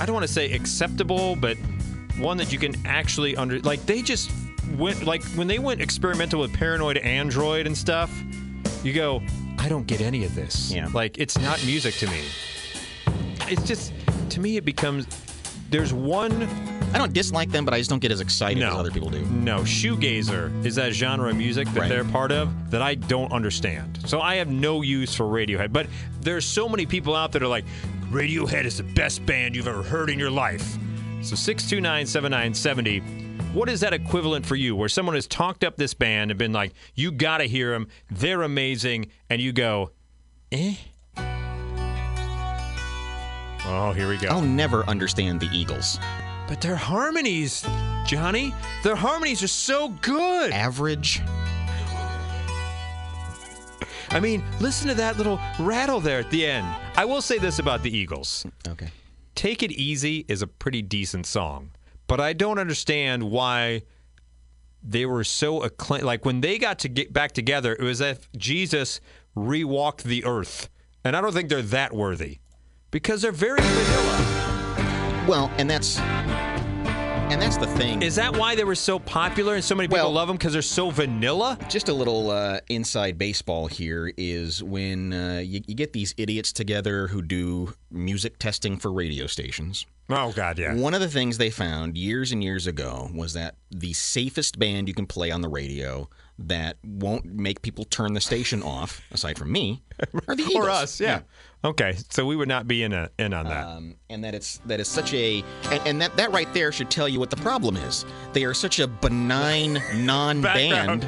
Speaker 2: I don't want to say acceptable, but one that you can actually under like they just went like when they went experimental with paranoid android and stuff, you go, I don't get any of this. Yeah. Like it's not music to me. It's just to me it becomes there's one
Speaker 1: I don't dislike them, but I just don't get as excited as other people do.
Speaker 2: No, shoegazer is that genre of music that they're part of that I don't understand. So I have no use for Radiohead. But there's so many people out there that are like, Radiohead is the best band you've ever heard in your life. So 6297970, what is that equivalent for you where someone has talked up this band and been like, you got to hear them, they're amazing, and you go, eh? Oh, here we go.
Speaker 1: I'll never understand the Eagles.
Speaker 2: But their harmonies, Johnny, their harmonies are so good.
Speaker 1: Average.
Speaker 2: I mean, listen to that little rattle there at the end. I will say this about the Eagles.
Speaker 1: Okay.
Speaker 2: Take It Easy is a pretty decent song, but I don't understand why they were so acclaimed. Like when they got to get back together, it was as if Jesus rewalked the earth. And I don't think they're that worthy because they're very vanilla.
Speaker 1: Well, and that's and that's the thing.
Speaker 2: Is that why they were so popular and so many people love them because they're so vanilla?
Speaker 1: Just a little uh, inside baseball here is when uh, you, you get these idiots together who do music testing for radio stations.
Speaker 2: Oh God, yeah.
Speaker 1: One of the things they found years and years ago was that the safest band you can play on the radio that won't make people turn the station off, aside from
Speaker 2: [LAUGHS]
Speaker 1: me, are the Eagles.
Speaker 2: Or us, yeah. Okay, so we would not be in a, in on that.
Speaker 1: Um, and that it's that is such a and, and that that right there should tell you what the problem is. They are such a benign non-band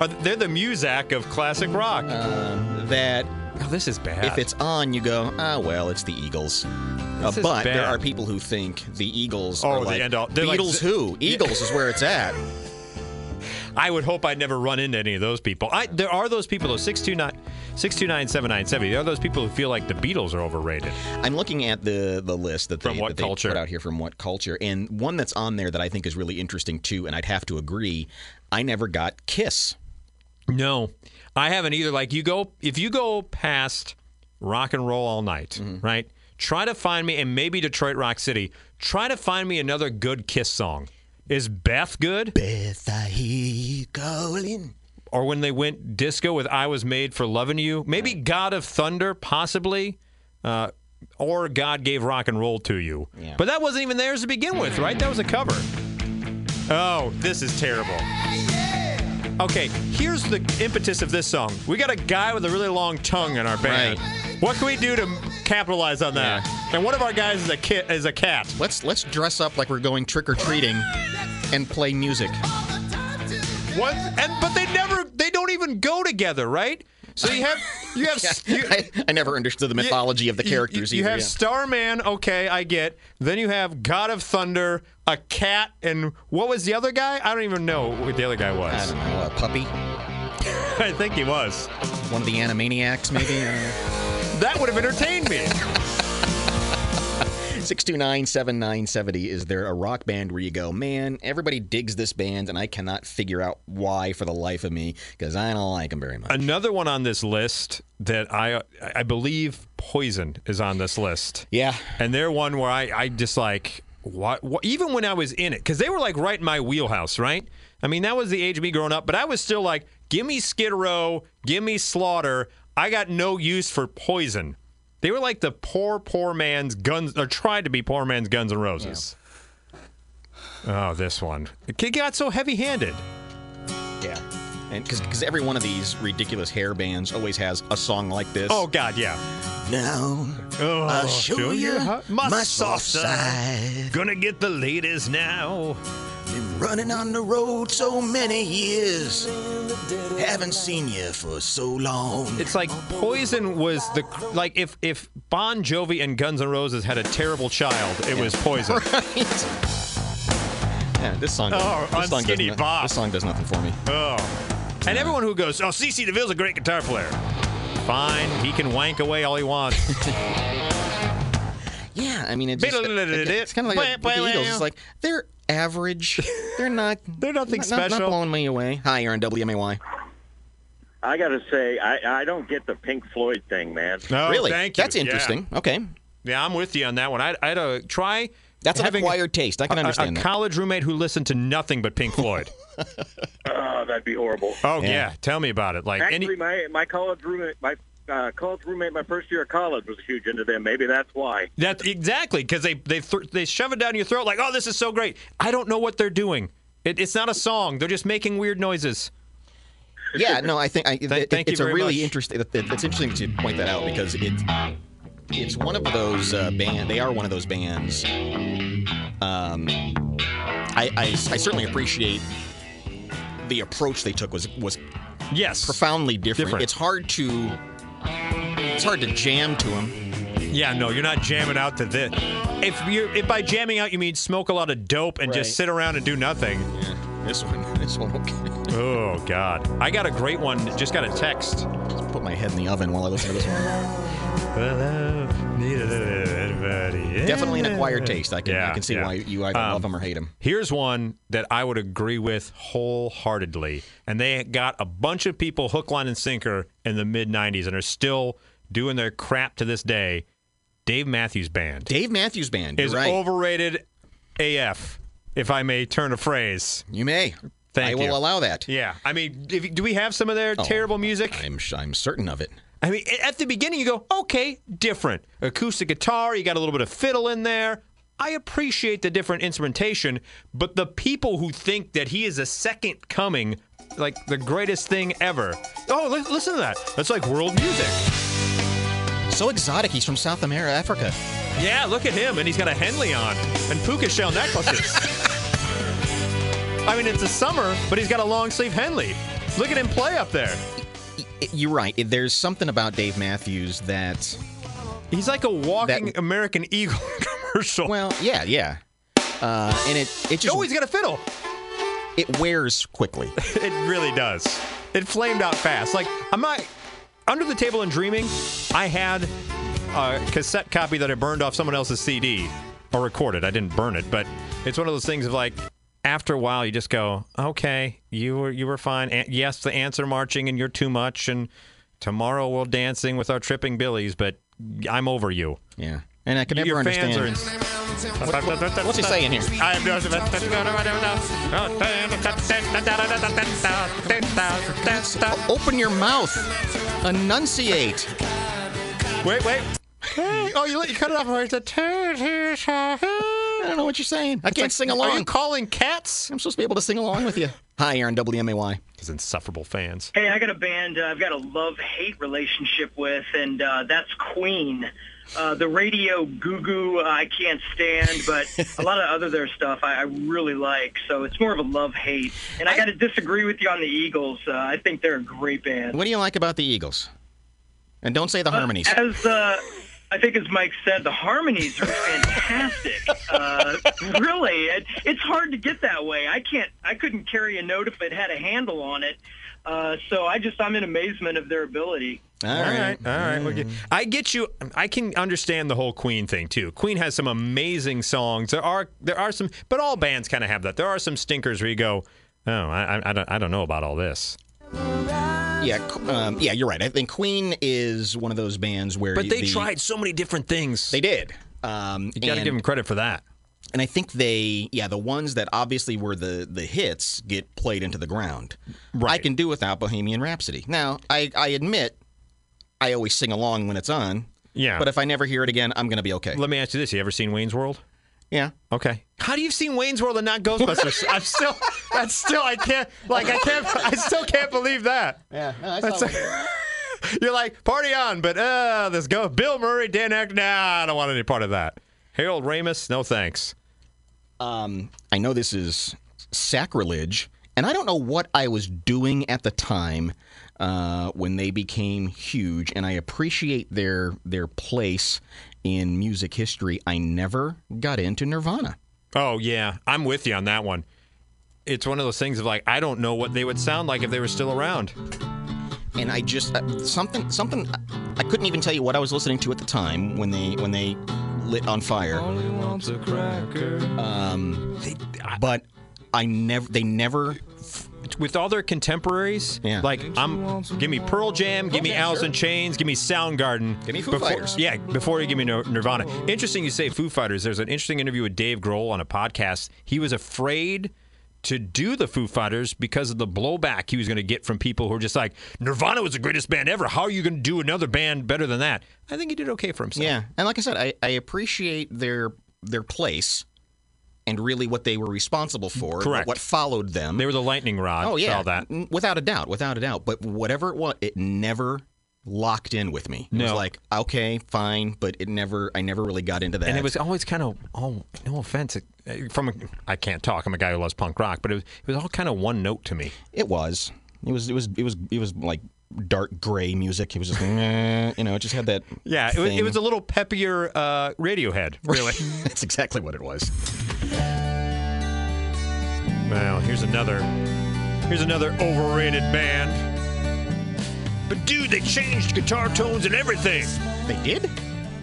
Speaker 2: Are th- They're the Muzak of classic rock.
Speaker 1: uh, that
Speaker 2: oh, this is bad.
Speaker 1: if it's on, you go, ah, well, it's the Eagles. Uh,
Speaker 2: This is
Speaker 1: but there
Speaker 2: bad.
Speaker 1: are people who think the Eagles
Speaker 2: Oh,
Speaker 1: are
Speaker 2: the
Speaker 1: like
Speaker 2: end all- they're like
Speaker 1: Beatles
Speaker 2: Z-
Speaker 1: who?
Speaker 2: [LAUGHS] Yeah.
Speaker 1: Eagles is where it's at.
Speaker 2: [LAUGHS] I would hope I'd never run into any of those people. I there are those people though 629 629 There are those people who feel like the Beatles are overrated.
Speaker 1: I'm looking at the the list that they,
Speaker 2: From what
Speaker 1: that they
Speaker 2: culture?
Speaker 1: put out here from what culture, and one that's on there that I think is really interesting too. And I'd have to agree, I never got Kiss.
Speaker 2: No, I haven't either. Like you go if you go past rock and roll all night, right? Try to find me and maybe Detroit Rock City. Try to find me another good Kiss song. Is Beth good?
Speaker 1: Beth, I hear you calling.
Speaker 2: or when they went disco with "I Was Made for Loving You," maybe "God of Thunder," possibly, uh, or "God Gave Rock and Roll to You." But that wasn't even theirs to begin with, right? That was a cover. Oh, this is terrible. Okay, here's the impetus of this song. We got a guy with a really long tongue in our band. What can we do to capitalize on that? And one of our guys is a kid, is a cat.
Speaker 1: Let's let's dress up like we're going trick or treating, and play music.
Speaker 2: What? And but they never, they don't even go together, right? So you have
Speaker 1: [LAUGHS]
Speaker 2: you have you,
Speaker 1: I, I never understood the mythology of the
Speaker 2: you-
Speaker 1: characters
Speaker 2: You, you
Speaker 1: either.
Speaker 2: have
Speaker 1: yeah.
Speaker 2: Starman, okay, I get. Then you have God of Thunder, a cat, and what was the other guy? I don't even know what the other guy was. I
Speaker 1: don't know, a puppy.
Speaker 2: [LAUGHS] I think he was
Speaker 1: one of the Animaniacs, maybe.
Speaker 2: that would have entertained
Speaker 1: [LAUGHS]
Speaker 2: me.
Speaker 1: 629 7970. Is there a rock band where you go, man, everybody digs this band, and I cannot figure out why for the life of me because I don't like them very much.
Speaker 2: Another one on this list that I I believe Poison is on this list.
Speaker 1: Yeah,
Speaker 2: and they're one where I I just like what, what even when I was in it because they were like right in my wheelhouse, right? I mean that was the age of me growing up, but I was still like, give me Skid Row, give me Slaughter. I got no use for Poison. They were like the poor poor man's guns or tried to be poor man's Guns N' Roses. Oh, this one. It got so heavy handed.
Speaker 1: Yeah. And because every one of these ridiculous hair bands always has a song like this.
Speaker 2: Oh, God, yeah.
Speaker 1: Now
Speaker 2: I'll
Speaker 1: show ya my soft side.
Speaker 2: Gonna get the latest now.
Speaker 1: Been running on the road so many years. Haven't seen you for so long.
Speaker 2: It's like Poison was the like if if Bon Jovi and Guns N' Roses had a terrible child, it was Poison.
Speaker 1: [LAUGHS] Yeah, this song.
Speaker 2: Oh,
Speaker 1: this
Speaker 2: on
Speaker 1: song does
Speaker 2: Skinny
Speaker 1: no-
Speaker 2: Bob.
Speaker 1: This song does nothing for me.
Speaker 2: Oh, and everyone who goes, oh, CC DeVille's a great guitar player. Fine, he can wank away all he wants.
Speaker 1: Yeah, I mean, it just, it's kind of like a, with the Eagles. It's like they're
Speaker 2: [LAUGHS]
Speaker 1: average. They're not.
Speaker 2: they're nothing
Speaker 1: not, not- Not
Speaker 2: special.
Speaker 1: blowing me away. Hi, you're on WMAY.
Speaker 20: I gotta say, I, I don't get the Pink Floyd thing, man.
Speaker 2: No,
Speaker 1: really?
Speaker 2: thank you.
Speaker 1: That's
Speaker 2: Yeah.
Speaker 1: interesting. Okay.
Speaker 2: Yeah, I'm with you on that one. I, I had a try.
Speaker 1: That's an
Speaker 2: having
Speaker 1: acquired taste. I can
Speaker 2: a- a-
Speaker 1: understand
Speaker 2: A,
Speaker 1: that.
Speaker 2: college roommate who listened to nothing but
Speaker 1: [LAUGHS]
Speaker 2: Pink Floyd.
Speaker 20: Oh, that'd be horrible.
Speaker 2: Oh yeah, tell me about it. Like
Speaker 20: Actually,
Speaker 2: any,
Speaker 20: my my college roommate, my uh, college roommate, my first year of college was huge into them. Maybe that's why.
Speaker 2: That's exactly because they they thr they shove it down your throat like, oh, this is so great. I don't know what they're doing. It, it's not a song. They're just making weird noises.
Speaker 1: Yeah, no, I think I, it-
Speaker 2: thank you
Speaker 1: it's a
Speaker 2: very
Speaker 1: really
Speaker 2: much.
Speaker 1: interesting. It, it's interesting to point that out because it it's one of those uh, band. They are one of those bands. Um, I, I I certainly appreciate the approach they took was was
Speaker 2: yes
Speaker 1: profoundly different.
Speaker 2: Different.
Speaker 1: It's hard to it's hard to jam to them.
Speaker 2: Yeah, no, you're not jamming out to this. If you if by jamming out you mean smoke a lot of dope and
Speaker 1: Right.
Speaker 2: just sit around and do nothing.
Speaker 1: This one, [LAUGHS] this one. Okay.
Speaker 2: Oh God, I got a great one. that Just got a text.
Speaker 1: Just put my head in the oven while I listen to this one. Definitely
Speaker 2: Definitely
Speaker 1: an acquired taste. I can I can see
Speaker 2: yeah.
Speaker 1: why you either
Speaker 2: Um,
Speaker 1: love them or hate them.
Speaker 2: Here's one that I would agree with wholeheartedly. And they got a bunch of people hook, line, and sinker in the mid 90s and are still doing their crap to this day. Dave Matthews Band.
Speaker 1: Dave Matthews Band
Speaker 2: is
Speaker 1: you're right.
Speaker 2: overrated AF, if I may [LAUGHS] turn a phrase.
Speaker 1: You may.
Speaker 2: Thank
Speaker 1: I
Speaker 2: you.
Speaker 1: will allow that.
Speaker 2: Yeah. I mean, if, you- do we have some of their
Speaker 1: Oh,
Speaker 2: terrible music?
Speaker 1: I'm I'm certain of it.
Speaker 2: I mean, at the beginning, you go, okay, different. Acoustic guitar, you got a little bit of fiddle in there. I appreciate the different instrumentation, but the people who think that he is a second coming, like the greatest thing ever. Oh, li- listen to that. That's like world music.
Speaker 1: So exotic. He's from South America, Africa.
Speaker 2: Yeah, look at him. And he's got a Henley on and puka shell necklaces. [LAUGHS] I mean, it's a summer, but he's got a long sleeve Henley. Look at him play up there.
Speaker 1: I- You're right. There's something about Dave Matthews that
Speaker 2: he's like a walking American Eagle [LAUGHS] commercial.
Speaker 1: Well, yeah, yeah. Uh, and it it just
Speaker 2: Oh, he's got a fiddle.
Speaker 1: it wears quickly.
Speaker 2: [LAUGHS] It really does. It flamed out fast. Like I'm not under the table and dreaming. I had a cassette copy that I burned off someone else's CD or recorded. I didn't burn it, but it's one of those things of like after a while you just go, okay, you were you were fine. An- yes, the ants are marching and you're too much. And tomorrow we'll dancing with our tripping billies, but I'm over you.
Speaker 1: Yeah, and I can
Speaker 2: Your
Speaker 1: never
Speaker 2: fans
Speaker 1: understand.
Speaker 2: are in-
Speaker 1: What- what- what's he saying here?
Speaker 2: I am
Speaker 1: Open your mouth. Enunciate.
Speaker 2: Wait, wait. Hey, oh, you, let- you cut it off. Where's the
Speaker 1: I don't know what you're saying. I
Speaker 2: It's
Speaker 1: can't
Speaker 2: like,
Speaker 1: sing
Speaker 2: are
Speaker 1: along.
Speaker 2: you calling cats?
Speaker 1: I'm supposed to be able to sing along with you. Hi, Aaron WMAY.
Speaker 2: His insufferable fans.
Speaker 21: Hey, I got a band uh, I've got a love hate relationship with, and uh, that's Queen. Uh, the radio goo goo uh, I can't stand, but a lot of other their stuff I, I really like. So it's more of a love hate. And I, got to disagree with you on the Eagles. Uh, I think they're a great band.
Speaker 1: What do you like about the Eagles? And don't say the harmonies.
Speaker 21: As uh, I think, as Mike said, the harmonies are fantastic. uh, really, it, it's hard to get that way. I can't. I couldn't carry a note if it had a handle on it. Uh, so I just I'm in amazement of their ability.
Speaker 2: All right, all right. we'll get- I get you. I can understand the whole Queen thing too. Queen has some amazing songs. There are there are some, but all bands kind of have that. There are some stinkers where you go, oh, I, I, I don't I don't know about all this.
Speaker 1: Yeah, Qu- um, yeah, you're right. I think Queen is one of those bands where.
Speaker 2: But they
Speaker 1: the-
Speaker 2: tried so many different things.
Speaker 1: They did. Um,
Speaker 2: You got to
Speaker 1: and-
Speaker 2: give them credit for that.
Speaker 1: And I think they, yeah, the ones that obviously were the the hits get played into the ground. Right. I can do without Bohemian Rhapsody. Now, I, I admit, I always sing along when it's on.
Speaker 2: Yeah.
Speaker 1: But if I never hear it again, I'm gonna be okay.
Speaker 2: Let me ask you this: You ever seen Wayne's World?
Speaker 1: Yeah.
Speaker 2: Okay. How do you have seen Wayne's World and
Speaker 1: [LAUGHS]
Speaker 2: not Ghostbusters? I'm still, that's still, I can't, like, I can't, I still can't believe that.
Speaker 1: Yeah.
Speaker 2: That's- [LAUGHS] you're like party on, but uh, this go Bill Murray, Dan Ack. Nah, I don't want any part of that. Harold Ramis, no thanks.
Speaker 1: Um, I know this is sacrilege, and I don't know what I was doing at the time uh, when they became huge. And I appreciate their their place in music history. I never got into Nirvana.
Speaker 2: Oh yeah, I'm with you on that one. It's one of those things of like I don't know what they would sound like if they were still around.
Speaker 1: and I just uh, something something I couldn't even tell you what I was listening to at the time when they when they lit on fire. Um, but I never they never
Speaker 2: With all their contemporaries,
Speaker 1: Yeah.
Speaker 2: like I'm, give me Pearl Jam, give me
Speaker 1: Okay,
Speaker 2: Alice
Speaker 1: sure.
Speaker 2: in Chains, give me Soundgarden, give
Speaker 1: me Foo
Speaker 2: before,
Speaker 1: Fighters.
Speaker 2: Yeah, before you give me Nir- Nirvana. Interesting, you say Foo Fighters. There's an interesting interview with Dave Grohl on a podcast. He was afraid to do the Foo Fighters because of the blowback he was going to get from people who are just like, Nirvana was the greatest band ever. How are you going to do another band better than that? I think he did okay for himself.
Speaker 1: yeah. And like I said, I, I appreciate their their place and really what they were responsible for.
Speaker 2: Correct.
Speaker 1: What followed them.
Speaker 2: They were the lightning rod.
Speaker 1: oh
Speaker 2: for
Speaker 1: yeah,
Speaker 2: all that.
Speaker 1: N- without a doubt, without a doubt. But whatever it was, it never locked in with me. It was
Speaker 2: No.
Speaker 1: like okay, fine, but it never I never really got into that.
Speaker 2: And it was always kind of oh, no offense it- uh, from a, I can't talk. I'm a guy who loves punk rock, but it was it was all kind of one note to me.
Speaker 1: It was. It was. It was. It was. It was like dark gray music. It was just, [LAUGHS] "Nah," you know, it just had that.
Speaker 2: Yeah, it was, it
Speaker 1: thing.
Speaker 2: was a little peppier uh, [LAUGHS] Radiohead, really.
Speaker 1: That's exactly what it was.
Speaker 2: Well, here's another here's another overrated band. But dude, they changed guitar tones and everything.
Speaker 1: They did?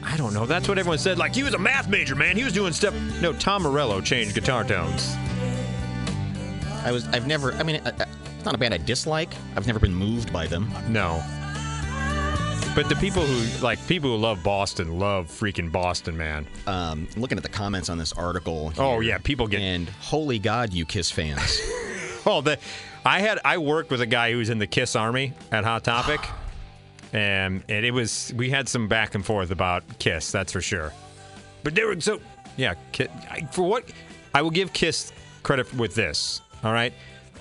Speaker 2: I don't know. That's what everyone said. Like he was a math major, man. He was doing stuff. No, Tom Morello changed guitar tones.
Speaker 1: I was. I've never. I mean, I, I, it's not a band I dislike. I've never been moved by them.
Speaker 2: No. But the people who like people who love Boston love freaking Boston, man.
Speaker 1: Um, looking at the comments on this article.
Speaker 2: Oh yeah, people get
Speaker 1: and holy God, you Kiss
Speaker 2: [LAUGHS]
Speaker 1: fans.
Speaker 2: oh, the I had I worked with a guy who was in the Kiss Army at
Speaker 1: [SIGHS]
Speaker 2: Hot Topic, and and it was we had some back and forth about Kiss, that's for sure. But they were so yeah. Ki- I, for what I will give Kiss credit with this. All right,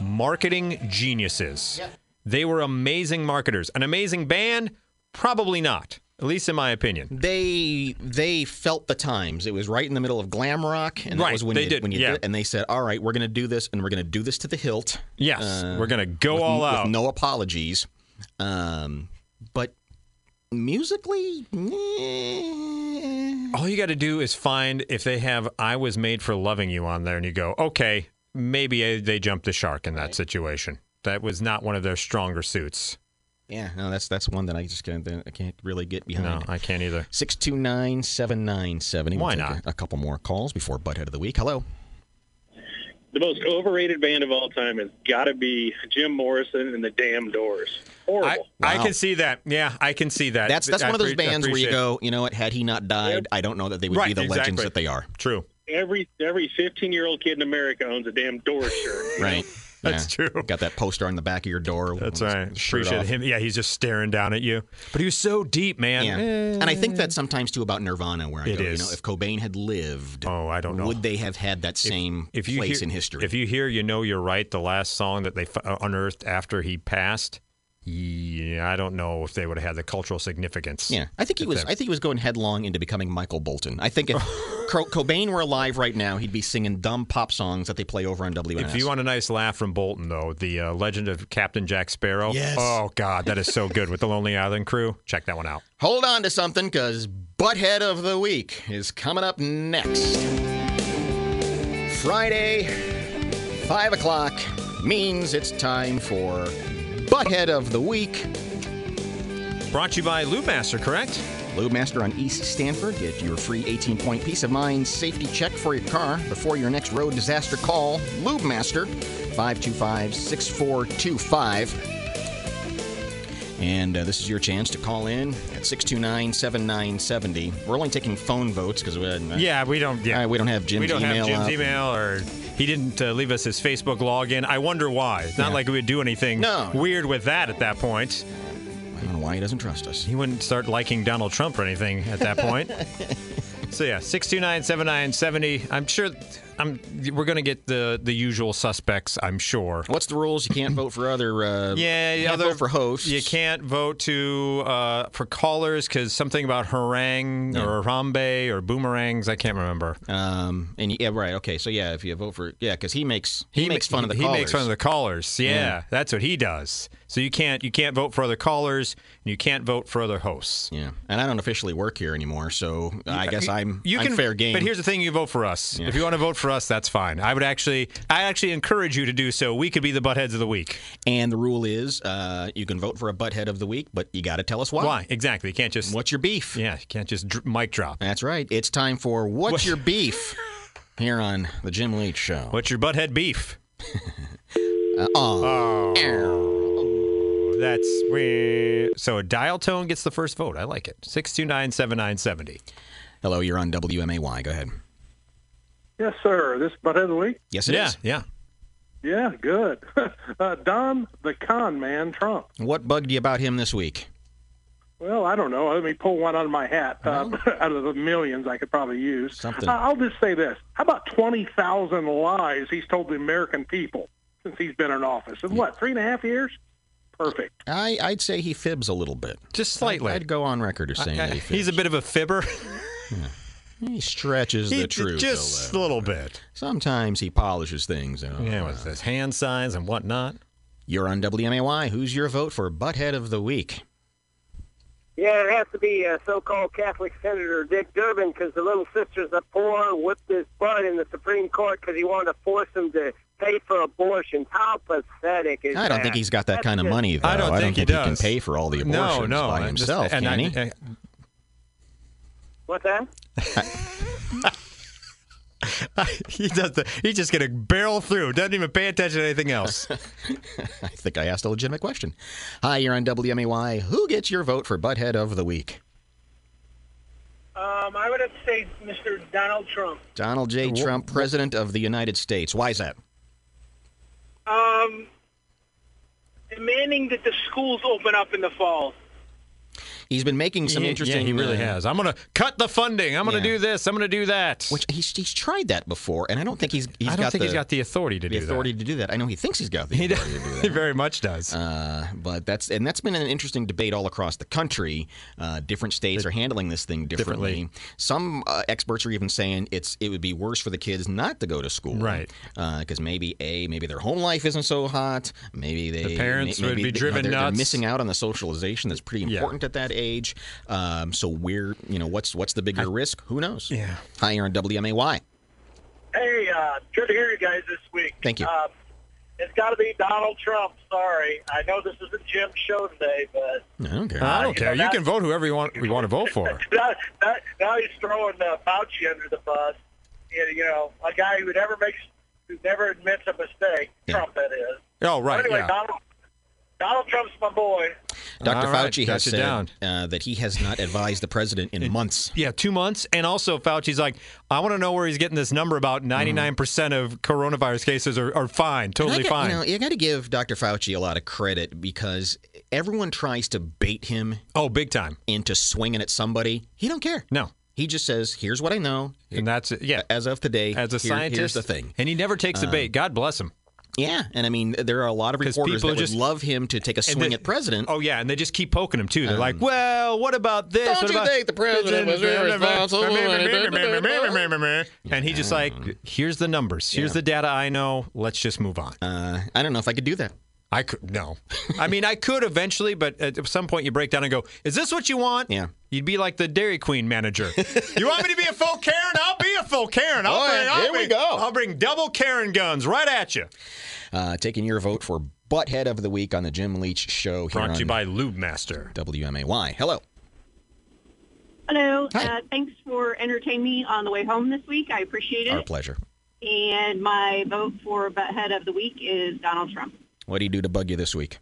Speaker 2: marketing geniuses. They were amazing marketers. An amazing band, probably not. At least in my opinion.
Speaker 1: they they felt the times. It was right in the middle of glam rock, and that
Speaker 2: Right,
Speaker 1: was when
Speaker 2: they
Speaker 1: you,
Speaker 2: did,
Speaker 1: When you
Speaker 2: yeah.
Speaker 1: did, and they said, "All right, we're going to do this, and we're going to do this to the hilt." Uh,
Speaker 2: Yes, we're gonna go
Speaker 1: with-
Speaker 2: all
Speaker 1: with
Speaker 2: out.
Speaker 1: no apologies. Um, but musically,
Speaker 2: All you got to do is find if they have I was made for loving you on there and you go, okay, maybe eh, they jumped the shark in that situation. That was not one of their stronger suits.
Speaker 1: yeah, no, that's that's one that I just can't I can't really get
Speaker 2: No,
Speaker 1: behind.
Speaker 2: I can't either.
Speaker 1: Six two nine seven nine seventy.
Speaker 2: Why
Speaker 1: A, a couple more calls before butthead of the week. Hello.
Speaker 18: The most overrated band of all time has got to be Jim Morrison and the Damn Doors. Horrible.
Speaker 2: I, I can see that. Yeah, I can see that.
Speaker 1: That's that's
Speaker 2: I
Speaker 1: one of those
Speaker 2: appre-
Speaker 1: bands where you
Speaker 2: appreciate-
Speaker 1: go, you know what? Had he not died, I don't know that they would be
Speaker 2: Right,
Speaker 1: the legends
Speaker 2: exactly.
Speaker 1: that they are.
Speaker 2: True.
Speaker 18: every every 15 year old kid in America owns a damn door shirt.
Speaker 1: Right.
Speaker 2: [LAUGHS] That's true.
Speaker 1: Got that poster on the back of your door.
Speaker 2: That's right. Appreciate
Speaker 1: off.
Speaker 2: him. Yeah, he's just staring down at you. But he was so deep, man.
Speaker 1: Yeah. And I think that's sometimes too about Nirvana, where I
Speaker 2: It
Speaker 1: go,
Speaker 2: is.
Speaker 1: you know, if Cobain had lived,
Speaker 2: oh, I don't know.
Speaker 1: would they have had that same place
Speaker 2: hear,
Speaker 1: in history?
Speaker 2: If you hear, you know, you're right. The last song that they f- uh, unearthed after he passed, yeah, I don't know if they would have had the cultural significance.
Speaker 1: Yeah, I think he
Speaker 2: If
Speaker 1: was.
Speaker 2: that-
Speaker 1: I think he was going headlong into becoming Michael Bolton. I
Speaker 2: [LAUGHS]
Speaker 1: think if Co- Cobain were alive right now, he'd be singing dumb pop songs that they play over on WNS.
Speaker 2: If you want a nice laugh from Bolton, though, the uh, legend of Captain Jack Sparrow.
Speaker 1: Yes.
Speaker 2: Oh, God, that is so good with the Lonely Island crew. Check that one out.
Speaker 1: Hold on to something, because Butthead of the Week is coming up next. Friday, 5 o'clock, means it's time for Butthead of the Week.
Speaker 2: Brought to you by Lube Master, correct?
Speaker 1: Lube Master on East Stanford. Get your free 18 point peace of mind safety check for your car before your next road disaster call. Lube Master, 525 6425. And uh, this is your chance to call in at 629 7970. We're only taking phone votes because we, uh,
Speaker 2: Yeah, we don't. Yeah,
Speaker 1: we don't have Jim's
Speaker 2: we don't
Speaker 1: email.
Speaker 2: have Jim's
Speaker 1: up.
Speaker 2: email, or he didn't uh, leave us his Facebook login. I wonder why. It's not like we would do anything
Speaker 1: No.
Speaker 2: weird with that at that point.
Speaker 1: I don't know why he doesn't trust us.
Speaker 2: He wouldn't start liking Donald Trump or anything at that
Speaker 1: [LAUGHS]
Speaker 2: point. so yeah, six two nine seven nine seventy. I'm sure. I'm. We're gonna get the the usual suspects. I'm sure.
Speaker 1: What's the rules? You can't vote for other. Uh,
Speaker 2: [LAUGHS] Yeah,
Speaker 1: can't
Speaker 2: other-
Speaker 1: vote for hosts.
Speaker 2: You can't vote to uh, for callers because something about harangue or harambe or boomerangs. I can't remember.
Speaker 1: Um, and you- yeah, right. Okay, so yeah, if you vote for yeah, because he makes he, makes
Speaker 2: ma-
Speaker 1: fun of the
Speaker 2: he
Speaker 1: callers.
Speaker 2: makes fun of the callers. Yeah,
Speaker 1: Yeah.
Speaker 2: that's what he does. So you can't you can't vote for other callers and you can't vote for other hosts.
Speaker 1: Yeah, and I don't officially work here anymore, so I guess I'm
Speaker 2: You
Speaker 1: I'm
Speaker 2: can
Speaker 1: fair game.
Speaker 2: But here's the thing: you vote for us. If you want to vote for us, that's fine. I would actually I actually encourage you to do so. We could be the buttheads of the week.
Speaker 1: and the rule is, uh, you can vote for a butthead of the week, but you got to tell us why.
Speaker 2: Why? Exactly. You can't just
Speaker 1: What's your beef?
Speaker 2: yeah. You can't just dr- mic drop.
Speaker 1: That's right. It's time for what's your beef here on the Jim Leach Show.
Speaker 2: What's your butthead beef?
Speaker 1: Uh, oh.
Speaker 2: Oh, That's where. So a dial tone gets the first vote. I like it. Six two nine seven nine seventy.
Speaker 1: Hello, you're on WMAY. Go ahead.
Speaker 17: Yes, sir. This butt of the week.
Speaker 1: Yes, it is.
Speaker 2: yeah,
Speaker 17: Yeah,
Speaker 2: Yeah.
Speaker 17: good. [LAUGHS] uh, Don the con man Trump.
Speaker 1: What bugged you about him this week?
Speaker 17: Well, I don't know. Let me pull one out of my hat uh, [LAUGHS] out of the millions I could probably use.
Speaker 1: Something.
Speaker 17: Uh, I'll just say this: How about twenty thousand lies he's told the American people since he's been in office? In what three and a half years? Perfect.
Speaker 1: I, I'd say he fibs a little bit.
Speaker 2: Just slightly.
Speaker 1: I'd go on record as saying
Speaker 2: I- I-
Speaker 1: that he fibs.
Speaker 2: he's a bit of a fibber.
Speaker 1: He stretches
Speaker 2: He
Speaker 1: the
Speaker 2: j-
Speaker 1: truth.
Speaker 2: just
Speaker 1: a
Speaker 2: a little bit.
Speaker 1: Sometimes he polishes things. uh,
Speaker 2: Yeah, with his hand signs and whatnot.
Speaker 1: You're on WMAY. Who's your vote for butthead of the week?
Speaker 22: Yeah, it has to be uh, so-called Catholic Senator Dick Durbin because the little sisters of poor whipped his butt in the Supreme Court because he wanted to force him to pay for abortions. How pathetic is
Speaker 1: I don't
Speaker 22: that?
Speaker 1: think he's got that kind of money, though.
Speaker 2: I don't think he
Speaker 1: can
Speaker 2: does.
Speaker 1: pay for all the abortions
Speaker 2: [LAUGHS] No, no,
Speaker 1: by
Speaker 2: I'm just-
Speaker 1: himself,
Speaker 2: and [LAUGHS]
Speaker 1: can
Speaker 2: I-
Speaker 1: he?
Speaker 2: I-
Speaker 22: What's that?
Speaker 2: he does the. He's just gonna barrel through. Doesn't even pay attention to anything else.
Speaker 1: [LAUGHS] I think I asked a legitimate question. Hi, you're on WMAY. Who gets your vote for butthead of the week?
Speaker 22: Um, I would have to say Mr. Donald Trump.
Speaker 1: Donald J. Trump, President of the United States. Why is that?
Speaker 23: Um, demanding that the schools open up in the fall.
Speaker 1: He's been making some
Speaker 2: Yeah,
Speaker 1: interesting.
Speaker 2: Yeah, he really
Speaker 1: uh,
Speaker 2: has. I'm gonna cut the funding. I'm gonna
Speaker 1: Yeah.
Speaker 2: do this. I'm gonna do that.
Speaker 1: Which he's, he's tried that before, and I don't think he's he's
Speaker 2: I don't
Speaker 1: got
Speaker 2: think
Speaker 1: the,
Speaker 2: he's got the authority to
Speaker 1: the
Speaker 2: do that.
Speaker 1: authority to do that. I know he thinks he's got the
Speaker 2: He
Speaker 1: authority to do
Speaker 2: [LAUGHS] He
Speaker 1: that.
Speaker 2: very much does.
Speaker 1: Uh, but that's and that's been an interesting debate all across the country. Uh, different states are handling this thing differently. Some uh, experts are even saying it's it would be worse for the kids not to go to school,
Speaker 2: Right.
Speaker 1: Because maybe a maybe their home life isn't so hot. Maybe they
Speaker 2: The parents
Speaker 1: may-
Speaker 2: would
Speaker 1: maybe
Speaker 2: be
Speaker 1: they-
Speaker 2: driven
Speaker 1: they're,
Speaker 2: nuts.
Speaker 1: They're missing out on the socialization that's pretty
Speaker 2: Yeah.
Speaker 1: important at that age. Um, so we're you know what's what's the bigger risk? Who knows? Yeah. Hi, you're on WMAY.
Speaker 10: Hey, uh, good to hear you guys this week.
Speaker 1: Thank you.
Speaker 10: Uh, it's got to be Donald Trump. Sorry, I know this isn't Jim's show today, but
Speaker 1: I don't care.
Speaker 2: I don't
Speaker 10: you know,
Speaker 2: care. You
Speaker 10: that's-
Speaker 2: can vote whoever you want. We want to vote for.
Speaker 10: [LAUGHS] now, now, now he's throwing uh, Fauci under the bus. You you know, a guy who never makes, who never admits a mistake. Trump, that is.
Speaker 2: Oh right.
Speaker 10: But anyway,
Speaker 2: yeah.
Speaker 10: Donald, Donald Trump's my boy.
Speaker 1: Dr.
Speaker 2: All right,
Speaker 1: Fauci
Speaker 2: got
Speaker 1: has
Speaker 2: you
Speaker 1: said
Speaker 2: down.
Speaker 1: Uh, that he has not advised the president
Speaker 2: [LAUGHS]
Speaker 1: in months.
Speaker 2: Yeah, two months. And also, Fauci's like, I want to know where he's getting this number about 99% of coronavirus cases are, are fine,
Speaker 1: Mm-hmm. And I
Speaker 2: totally
Speaker 1: get-
Speaker 2: fine.
Speaker 1: You, know, you got to give Dr. Fauci a lot of credit because everyone tries to bait him.
Speaker 2: Oh, big time
Speaker 1: into swinging at somebody. He don't care.
Speaker 2: No,
Speaker 1: he just says, "Here's what I know,"
Speaker 2: and that's it. Yeah,
Speaker 1: as of today,
Speaker 2: As a
Speaker 1: here-
Speaker 2: scientist.
Speaker 1: here's the thing.
Speaker 2: And he never takes the
Speaker 1: Um,
Speaker 2: bait. God bless him.
Speaker 1: Yeah, and I mean, there are a lot of
Speaker 2: 'Cause
Speaker 1: reporters
Speaker 2: people
Speaker 1: that
Speaker 2: just-
Speaker 1: would love him to take a
Speaker 2: And
Speaker 1: swing
Speaker 2: the-
Speaker 1: at president.
Speaker 2: Oh, yeah. And they just keep poking him, too. They're like,
Speaker 1: Um,
Speaker 2: well, what about this?
Speaker 1: Don't
Speaker 2: What
Speaker 1: you
Speaker 2: about-"
Speaker 1: think the president was
Speaker 2: [LAUGHS]
Speaker 1: irresponsible
Speaker 2: And he just like, here's the numbers. Here's the data I know. Let's just move on.
Speaker 1: Uh, I don't know if I could do that.
Speaker 2: I could no. I mean, I could eventually, but at some point you break down and go, "Is this what you want?"
Speaker 1: Yeah.
Speaker 2: You'd be like the Dairy Queen manager. you want me to be a full Karen? I'll be a full Karen. I'll
Speaker 1: All right,
Speaker 2: bring, I'll
Speaker 1: here we
Speaker 2: bring,
Speaker 1: go.
Speaker 2: I'll bring double Karen guns right at you.
Speaker 1: Uh, taking your vote for butthead of the week on the Jim Leach Show. Here
Speaker 2: Brought to you
Speaker 1: on
Speaker 2: by Lube Master.
Speaker 1: WMAY. Hello.
Speaker 19: Hello. Uh, thanks for entertaining me on the way home this week. I appreciate
Speaker 1: Our
Speaker 19: it.
Speaker 1: pleasure.
Speaker 19: And my vote for butthead of the week is Donald Trump.
Speaker 1: What do you do to bug you this week?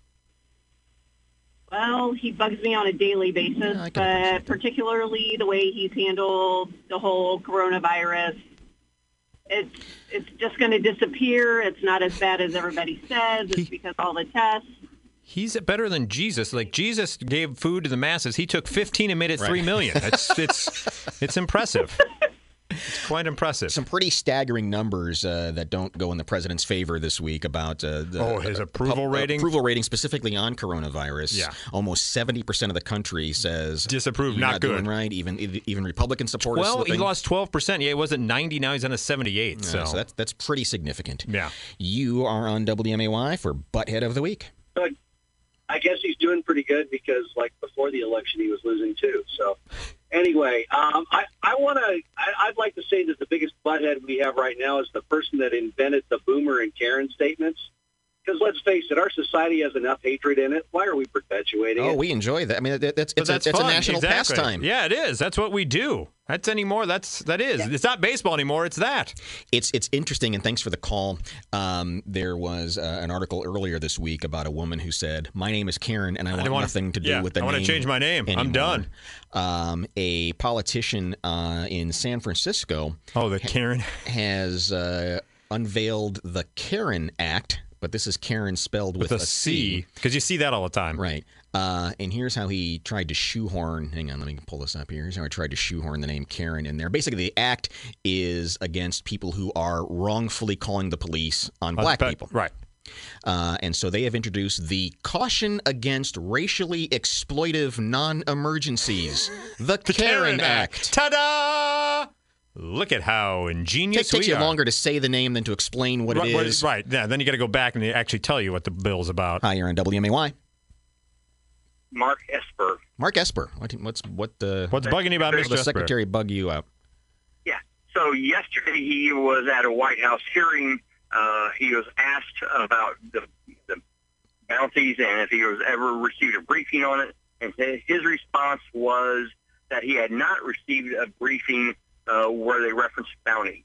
Speaker 19: Well, he bugs me on a daily basis, but particularly the way he's handled the whole coronavirus. It's it's just going to disappear. It's not as bad as everybody says. It's because all the tests.
Speaker 2: He's better than Jesus. Like Jesus gave food to the masses. He took 15 and made it 3 million.
Speaker 1: [LAUGHS]
Speaker 2: That's it's it's impressive. It's quite impressive.
Speaker 1: Some pretty staggering numbers uh, that don't go in the president's favor this week about uh, the,
Speaker 2: Oh, his
Speaker 1: uh,
Speaker 2: approval
Speaker 1: pub-
Speaker 2: rating?
Speaker 1: Approval rating specifically on coronavirus.
Speaker 2: Yeah.
Speaker 1: almost seventy percent of the country says
Speaker 2: Disapprove,
Speaker 1: You're
Speaker 2: not
Speaker 1: not,
Speaker 2: good."
Speaker 1: doing right. Even e-, even Republican supporters.
Speaker 2: Well, he
Speaker 1: slipping.
Speaker 2: lost 12%. Yeah, it wasn't 90. Now he's on a 78.
Speaker 1: Uh,
Speaker 2: so.
Speaker 1: so that's that's pretty significant.
Speaker 2: Yeah.
Speaker 1: You are on WMAY for butthead of the week.
Speaker 10: I guess he's doing pretty good because, like, before the election, he was losing too. So, anyway, um, I, I want to, I'd like to say that the biggest butthead we have right now is the person that invented the boomer and Karen statements. Because let's face it, our society has enough hatred in it. Why are we perpetuating
Speaker 1: Oh,
Speaker 10: it?
Speaker 1: we enjoy that. I mean, that, that's
Speaker 2: But
Speaker 1: it's, a, it's a
Speaker 2: fun.
Speaker 1: national
Speaker 2: Exactly.
Speaker 1: pastime.
Speaker 2: Yeah, it is. That's what we do. That's anymore. That's that is. It's not baseball anymore. It's that.
Speaker 1: It's it's interesting, and thanks for the call. Um, there was uh, an article earlier this week about a woman who said, "My name is Karen, and I want
Speaker 2: don't wanna-
Speaker 1: nothing to do
Speaker 2: yeah,
Speaker 1: with the
Speaker 2: I
Speaker 1: name.
Speaker 2: wanna change my name. I'm done."
Speaker 1: Um, a politician uh, in San Francisco.
Speaker 2: Oh, the Karen
Speaker 1: has uh, unveiled the Karen Act, but this is Karen spelled with,
Speaker 2: With a C, because you see that all the time,
Speaker 1: right? Uh, and here's how he tried to shoehorn. Hang on, let me pull this up here. Here's how I tried to shoehorn the name Karen in there. Basically, the act is against people who are wrongfully calling the police on black
Speaker 2: but-
Speaker 1: people.
Speaker 2: Right.
Speaker 1: Uh, and so they have introduced the caution against racially exploitive non-emergencies, the, [LAUGHS] Karen, Act.
Speaker 2: Ta-da! Look at how ingenious
Speaker 1: It takes
Speaker 2: we
Speaker 1: you
Speaker 2: are.
Speaker 1: longer to say
Speaker 2: [LAUGHS]
Speaker 1: the name than to explain what
Speaker 2: right,
Speaker 1: it is.
Speaker 2: Right. Yeah. Then you got to go back and they actually tell you what the bill's about.
Speaker 1: Hi, you're on WMAY.
Speaker 10: Mark Esper.
Speaker 1: Mark Esper. What, what's what the
Speaker 2: What's bugging you about
Speaker 1: how
Speaker 2: Mr.
Speaker 1: The
Speaker 2: Esper?
Speaker 1: secretary bug you out.
Speaker 10: Yeah. So yesterday he was at a White House hearing. Uh, he was asked about the, the bounties and if he was ever received a briefing on it. And hi- his response was that he had not received a briefing uh, where they referenced bounties.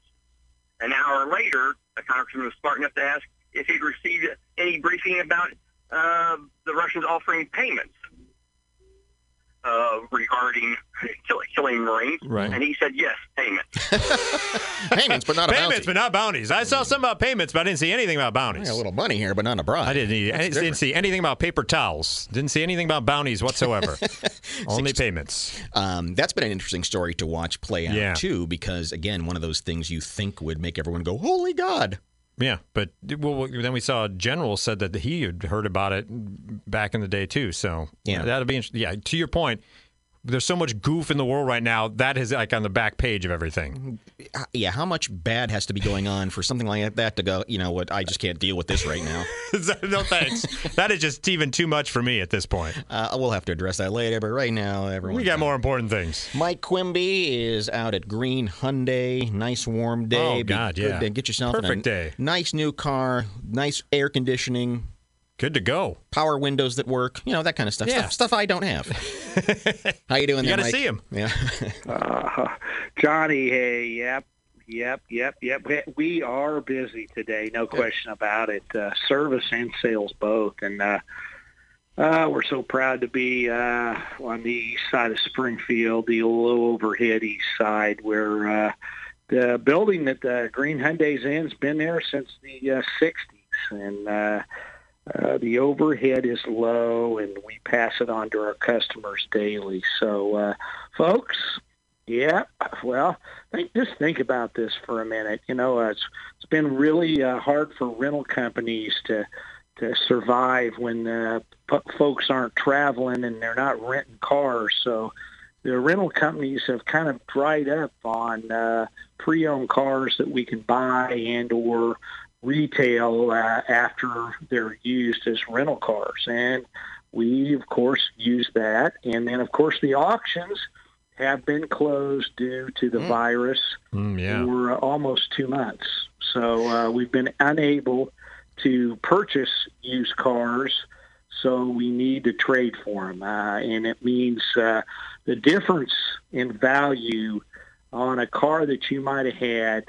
Speaker 10: An hour later, a congressman was smart enough to ask if he'd received any briefing about uh, the Russians offering payments uh, regarding kill- killing Marines.
Speaker 2: Right.
Speaker 10: And he said, yes, payment.
Speaker 1: payments, but not a
Speaker 2: payments,
Speaker 1: bounty.
Speaker 2: but not bounties. I saw something about payments, but I didn't see anything about bounties.
Speaker 1: Yeah, a little money here, but not a bribe.
Speaker 2: I didn't, need, I
Speaker 1: That's
Speaker 2: didn't see anything about paper towels. Didn't see anything about
Speaker 1: [LAUGHS]
Speaker 2: bounties whatsoever. Only payments.
Speaker 1: Um, that's been an interesting story to watch play out
Speaker 2: Yeah.
Speaker 1: too, because again, one of those things you think would make everyone go, "Holy God!"
Speaker 2: Yeah, but well, then we saw a general said that he had heard about it back in the day too. So
Speaker 1: Yeah.
Speaker 2: that'll be interesting. Yeah, to your point, there's so much goof in the world right now. That is like on the
Speaker 1: [LAUGHS]
Speaker 2: back page of everything.
Speaker 1: Uh, Yeah, how much bad has to be going on for something like that to go? You know what? I just can't deal with this right
Speaker 2: [LAUGHS]
Speaker 1: now.
Speaker 2: no thanks. that is just even too much for me at this point.
Speaker 1: Uh, we'll have to address that later, but right now, everyone.
Speaker 2: We got more important things.
Speaker 1: Mike Quimby is out at Green Hyundai. Nice warm day.
Speaker 2: Oh, God,
Speaker 1: Be
Speaker 2: yeah.
Speaker 1: Good day. Get yourself in
Speaker 2: Perfect
Speaker 1: a
Speaker 2: day.
Speaker 1: Nice new car. Nice air conditioning.
Speaker 2: Good to go.
Speaker 1: Power windows that work. You know that kind of stuff.
Speaker 2: Yeah.
Speaker 1: Stuff, stuff I don't
Speaker 2: [LAUGHS]
Speaker 1: have. How you doing?
Speaker 2: You
Speaker 1: there,
Speaker 2: gotta
Speaker 1: Mike?
Speaker 2: see him.
Speaker 3: [LAUGHS]
Speaker 1: Yeah.
Speaker 3: Uh-huh.
Speaker 17: Uh, Johnny, hey, yep, yep, yep, yep. We are busy today, no question about it. Uh, service and sales both, and uh,
Speaker 3: Uh, we're so proud to be uh, on the east side of Springfield, the low overhead east side, where uh, the building that the Green Hyundai's in's been there since the uh, 60s, and uh, uh, the overhead is low, and we pass it on to our customers daily. So, uh, folks, yeah, well, think, just think about this for a minute. You know, uh, it's it's been really uh, hard for rental companies to to survive when uh, p- folks aren't traveling and they're not renting cars. So the rental companies have kind of dried up on uh, pre-owned cars that we can buy and or retail uh, after they're used as rental cars. And we, of course, use that. And then, of course, the auctions have been closed due to the virus
Speaker 2: Mm, yeah.
Speaker 3: for almost two months. So uh, we've been unable to purchase used cars, so we need to trade for them. Uh, and it means uh, the difference in value on a car that you might have had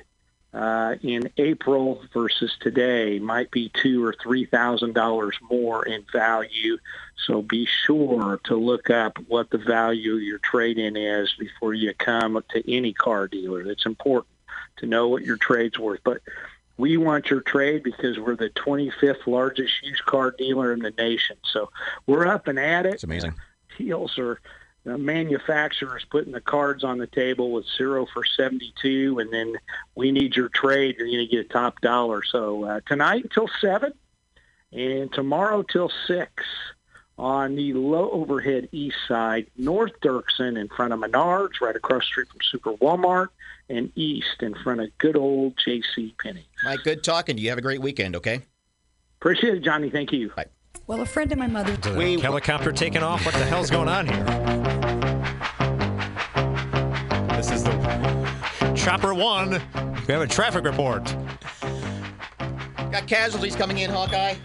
Speaker 3: uh, in April versus today might be two or three thousand dollars more in value. So be sure to look up what the value of your trade-in is before you come to any car dealer. It's important to know what your trade's worth. But we want your trade because we're the 25th largest used car dealer in the nation. So we're up and at it. It's
Speaker 1: amazing.
Speaker 3: Deals are the manufacturers putting the cards on the table with zero for 72, and then we need your trade. You're going to get a top dollar. So uh, tonight until 7 and tomorrow till 6 on the low overhead east side, North Dirksen in front of Menards, right across the street from Super Walmart, and east in front of good old J.C. Penney.
Speaker 1: Mike, good talking to you. Have a great weekend, okay?
Speaker 3: Appreciate it, Johnny. Thank you.
Speaker 1: Bye.
Speaker 4: Well, a friend of my mother.
Speaker 2: Is the helicopter taking off? What the hell's going on here? This is the Chopper One. We have a traffic report.
Speaker 1: Got casualties coming in, Hawkeye.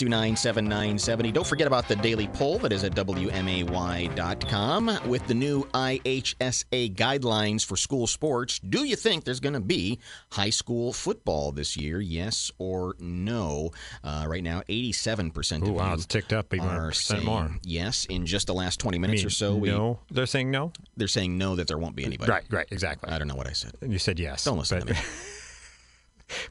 Speaker 1: 629-7970. Don't forget about the daily poll that is at WMAY.com with the new IHSA guidelines for school sports. Do you think there's going to be high school football this year? Yes or no? Uh, right now, 87%
Speaker 2: Ooh,
Speaker 1: of
Speaker 2: wow,
Speaker 1: you
Speaker 2: it's ticked up even a
Speaker 1: are
Speaker 2: percent
Speaker 1: saying
Speaker 2: more.
Speaker 1: yes in just the last 20 minutes
Speaker 2: mean,
Speaker 1: or so. We,
Speaker 2: no? They're saying no?
Speaker 1: They're saying no that there won't be anybody.
Speaker 2: Right, right, exactly.
Speaker 1: I don't know what I said.
Speaker 2: You said yes.
Speaker 1: Don't listen to me.
Speaker 2: [LAUGHS]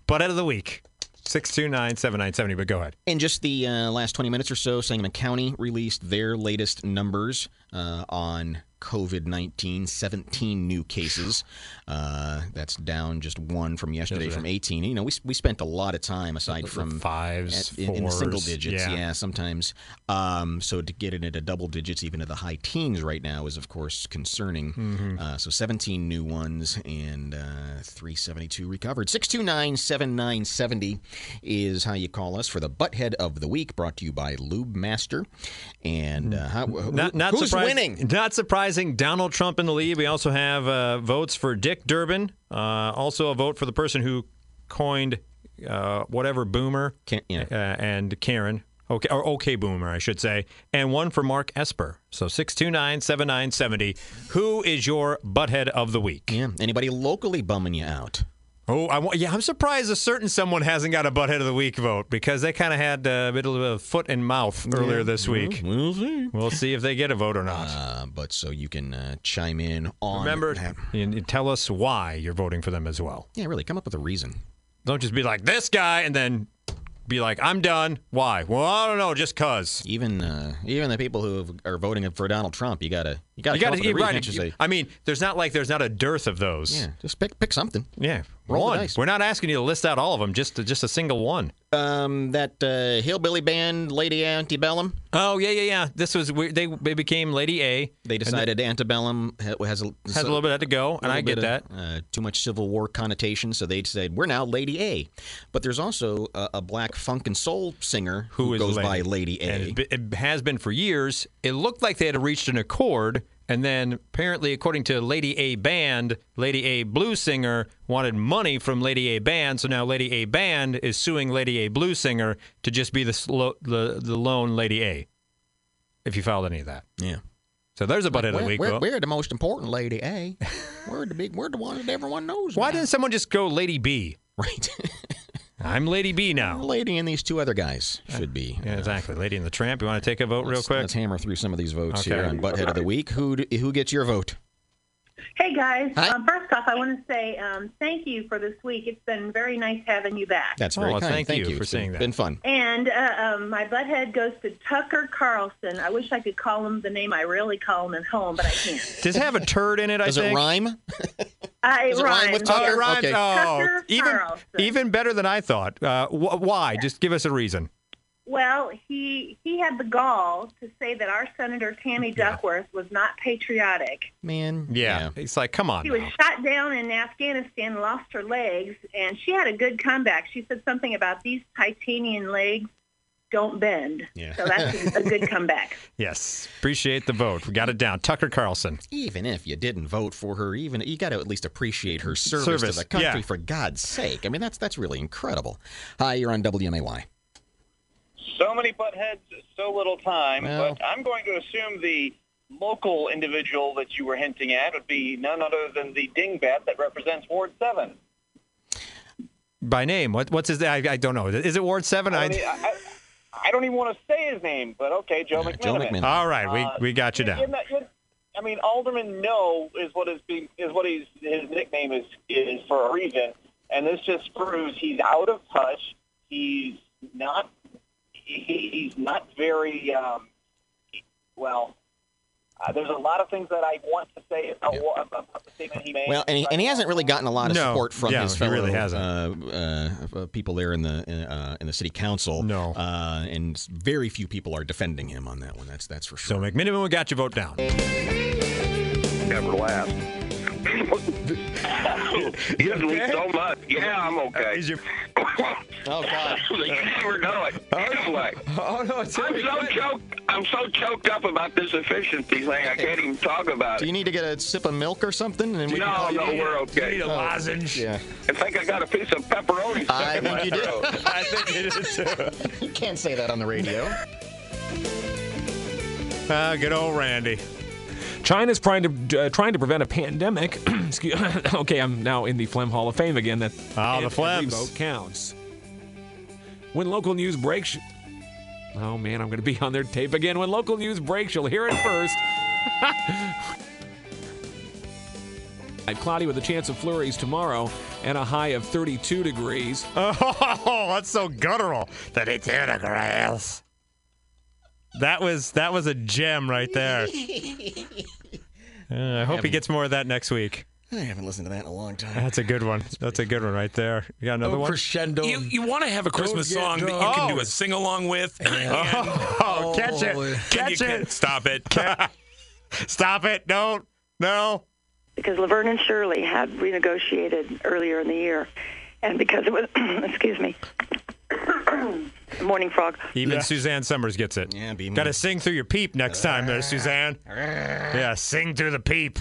Speaker 2: But out of the week, 629 7970. But go ahead.
Speaker 1: In just the uh, last 20 minutes or so, Sangamon County released their latest numbers uh, on COVID 19, 17 new
Speaker 2: [SIGHS]
Speaker 1: cases. Uh, that's down just one from yesterday,
Speaker 2: Yesterday.
Speaker 1: from 18. You know, we, we spent a lot of time aside from
Speaker 2: fives,
Speaker 1: in, in the single
Speaker 2: fours,
Speaker 1: digits.
Speaker 2: yeah.
Speaker 1: Yeah, sometimes. Um, so to get it into double digits, even to the high teens right now, is of course concerning.
Speaker 2: Mhm.
Speaker 1: Uh, so 17 new ones and uh, 372 recovered. 629 7970 is how you call us for the butthead of the week, brought to you by Lube Master. And uh, how, who-
Speaker 2: Hmm. Not, not
Speaker 1: who's
Speaker 2: surprising,
Speaker 1: winning?
Speaker 2: Not surprising. Donald Trump in the lead. We also have uh, votes for Dick Durbin. Uh, also, a vote for the person who coined uh, whatever boomer uh, and Karen. Okay, or okay, boomer, I should say, and one for Mark Esper. So six two nine seven nine seventy. Who is your butthead of the week?
Speaker 1: Yeah, anybody locally bumming you out?
Speaker 2: Oh, I wa- yeah, I'm surprised a certain someone hasn't got a butthead of the week vote because they kind of had uh, a bit of a foot and mouth earlier
Speaker 1: Yeah,
Speaker 2: this week.
Speaker 1: We'll see.
Speaker 2: We'll see if they get a vote or not.
Speaker 1: Uh, but so you can uh, chime in on
Speaker 2: Remember,
Speaker 1: that.
Speaker 2: and and tell us why you're voting for them as well.
Speaker 1: Yeah, really, come up with a reason.
Speaker 2: Don't just be like this guy and then be like, I'm done. Why? Well, I don't know, just cause.
Speaker 1: Even uh, even the people who are voting for Donald Trump, you gotta you gotta
Speaker 2: You
Speaker 1: come up
Speaker 2: got
Speaker 1: with a
Speaker 2: to
Speaker 1: reason,
Speaker 2: right.
Speaker 1: can't you say,
Speaker 2: I mean, there's not like there's not a dearth of those.
Speaker 1: Yeah, just pick pick something.
Speaker 2: Yeah,
Speaker 1: Roll the
Speaker 2: one.
Speaker 1: dice.
Speaker 2: We're not asking you to list out all of them. Just just a single one.
Speaker 1: Um, that uh, hillbilly band, Lady Antebellum.
Speaker 2: Oh yeah, yeah, yeah. This was we, they they became Lady A.
Speaker 1: They decided Antebellum ha- has a,
Speaker 2: Has a little bit had to go, and I get that.
Speaker 1: uh, too much Civil War connotation, so they said we're now Lady A. But there's also a, a black funk and soul singer who,
Speaker 2: is
Speaker 1: goes by Lady
Speaker 2: And
Speaker 1: E A.
Speaker 2: it's be- it has been for years. It looked like they had reached an accord, and then apparently, according to Lady A Band, Lady A Blues Singer wanted money from Lady A Band, so now Lady A Band is suing Lady A Blues Singer to just be the slo- the, the lone Lady A. If you followed any of that,
Speaker 1: yeah.
Speaker 2: So there's a butthead of
Speaker 1: We're,
Speaker 2: the week.
Speaker 1: we're,
Speaker 2: Will.
Speaker 1: we're the most important Lady A. we're the big. We're the one that everyone knows.
Speaker 2: Why didn't someone just go Lady B?
Speaker 1: Right.
Speaker 2: [LAUGHS] I'm Lady B now.
Speaker 1: Lady and these two other guys should be. uh,
Speaker 2: Yeah, exactly. Lady and the Tramp. You want to take a vote real
Speaker 1: Let's-
Speaker 2: quick?
Speaker 1: Let's hammer through some of these votes
Speaker 2: Okay.
Speaker 1: here on Butthead of the Week. Who d- who gets your vote?
Speaker 19: Hey guys. Um, first off, I want to say um, thank you for this week. It's been very nice having you back.
Speaker 1: That's
Speaker 2: Oh,
Speaker 1: very
Speaker 2: well,
Speaker 1: kind.
Speaker 2: thank you for
Speaker 1: It's been-
Speaker 2: saying that.
Speaker 1: Been fun.
Speaker 19: And uh, um, my butthead goes to Tucker Carlson. I wish I could call him the name I really call him at home, but I can't.
Speaker 2: [LAUGHS] Does it have a turd in it? I
Speaker 1: Does it
Speaker 2: think?
Speaker 1: rhyme?
Speaker 19: I
Speaker 1: Does it rhyme with
Speaker 2: Oh, it
Speaker 1: Tucker?
Speaker 2: rhymes.
Speaker 1: Okay.
Speaker 2: Oh,
Speaker 19: Tucker
Speaker 2: even
Speaker 19: Carlson.
Speaker 2: even better than I thought. Uh, wh- why? Just give us a reason.
Speaker 19: Well, he he had the gall to say that our senator Tammy Duckworth was not patriotic.
Speaker 1: Man.
Speaker 2: Yeah. It's like, come on.
Speaker 19: She was shot down in Afghanistan, lost her legs, and she had a good comeback. She said something about these titanium legs don't bend.
Speaker 2: Yeah.
Speaker 19: So that's a good comeback.
Speaker 2: Yes. Appreciate the vote. We got it down. Tucker Carlson.
Speaker 1: Even if you didn't vote for her, even you got to at least appreciate her service,
Speaker 2: Service,
Speaker 1: to the country
Speaker 2: yeah.
Speaker 1: for God's sake. I mean, that's that's really incredible. Hi, you're on WMAY.
Speaker 10: So many butt heads, so little time.
Speaker 1: Well.
Speaker 10: But I'm going to assume the local individual that you were hinting at would be none other than the dingbat that represents Ward 7.
Speaker 2: By name. What, what's his name? I, I don't know. Is it Ward 7?
Speaker 10: I, mean, uh, I, I- I don't even want to say his name, but okay, Joe McMillan.
Speaker 2: All right.
Speaker 10: Uh,
Speaker 2: We, we got you down.
Speaker 10: I mean, Alderman No is what is being is what he's, his nickname is is for a reason, and this just proves he's out of touch. He's not he, he's not very um, well. Uh, there's a lot of things that I want to say about what about the statement he made.
Speaker 1: Well, and he, and he hasn't really gotten a lot of
Speaker 2: No.
Speaker 1: support from
Speaker 2: Yeah,
Speaker 1: his
Speaker 2: he
Speaker 1: fellow
Speaker 2: really
Speaker 1: Uh, uh, people there in the in, uh, in the city council. No, uh, and very few people are defending him on that one. That's that's for sure.
Speaker 2: So McMiniman, we got your vote down.
Speaker 1: Never last.
Speaker 24: Gives me so much. Yeah, I'm okay. [LAUGHS]
Speaker 1: oh God,
Speaker 24: you never know
Speaker 2: [LAUGHS]
Speaker 24: it. Anyway,
Speaker 2: oh no, it's
Speaker 24: I'm so choked. I'm so choked up about this efficiency thing. I can't even talk about
Speaker 1: Do you
Speaker 24: it.
Speaker 1: need to get a sip of milk or something? And we can
Speaker 24: No,
Speaker 1: call you
Speaker 24: no,
Speaker 1: back?
Speaker 24: we're okay.
Speaker 1: Oh, Yeah.
Speaker 24: I think I got a piece of pepperoni. stuck
Speaker 1: I
Speaker 24: in my
Speaker 1: think you
Speaker 24: throat.
Speaker 1: did.
Speaker 2: I think you did
Speaker 1: too. You can't say that on the radio.
Speaker 2: Ah, good old Randy.
Speaker 7: China's trying to uh, trying to prevent a pandemic. [CLEARS THROAT] Excuse- [COUGHS] okay, I'm now in the Flem Hall of Fame again. That
Speaker 2: Ah,
Speaker 7: and
Speaker 2: the
Speaker 7: every
Speaker 2: Flems.
Speaker 7: vote counts. When local news breaks, oh man, I'm going to be on their tape again. When local news breaks, you'll hear it first. [LAUGHS] Cloudy with a chance of flurries tomorrow and a high of 32 degrees.
Speaker 2: [LAUGHS] Oh, that's so guttural. 32 degrees. That was that was a gem right there.
Speaker 1: [LAUGHS]
Speaker 2: Uh, I hope he
Speaker 1: Haven't-
Speaker 2: gets more of that next week.
Speaker 1: I haven't listened to that in a long time.
Speaker 2: That's a good one. That's a good one right there. You got another
Speaker 1: Oh,
Speaker 2: one?
Speaker 1: crescendo.
Speaker 7: You, you want to have a
Speaker 2: Don't
Speaker 7: Christmas
Speaker 2: get
Speaker 7: song that you
Speaker 2: drunk.
Speaker 7: can
Speaker 2: Oh.
Speaker 7: do a sing along with. [LAUGHS]
Speaker 2: [LAUGHS] Oh, catch it. Catch it.
Speaker 7: Stop it.
Speaker 2: [LAUGHS] Stop it. Don't. No.
Speaker 25: because Laverne and Shirley had renegotiated earlier in the year, and because it was, [CLEARS THROAT] excuse me, [COUGHS] morning frog.
Speaker 2: Even Suzanne Summers gets it. Yeah, be Got to sing through your peep next time
Speaker 1: [LAUGHS]
Speaker 2: there, Suzanne. yeah, sing through the peep.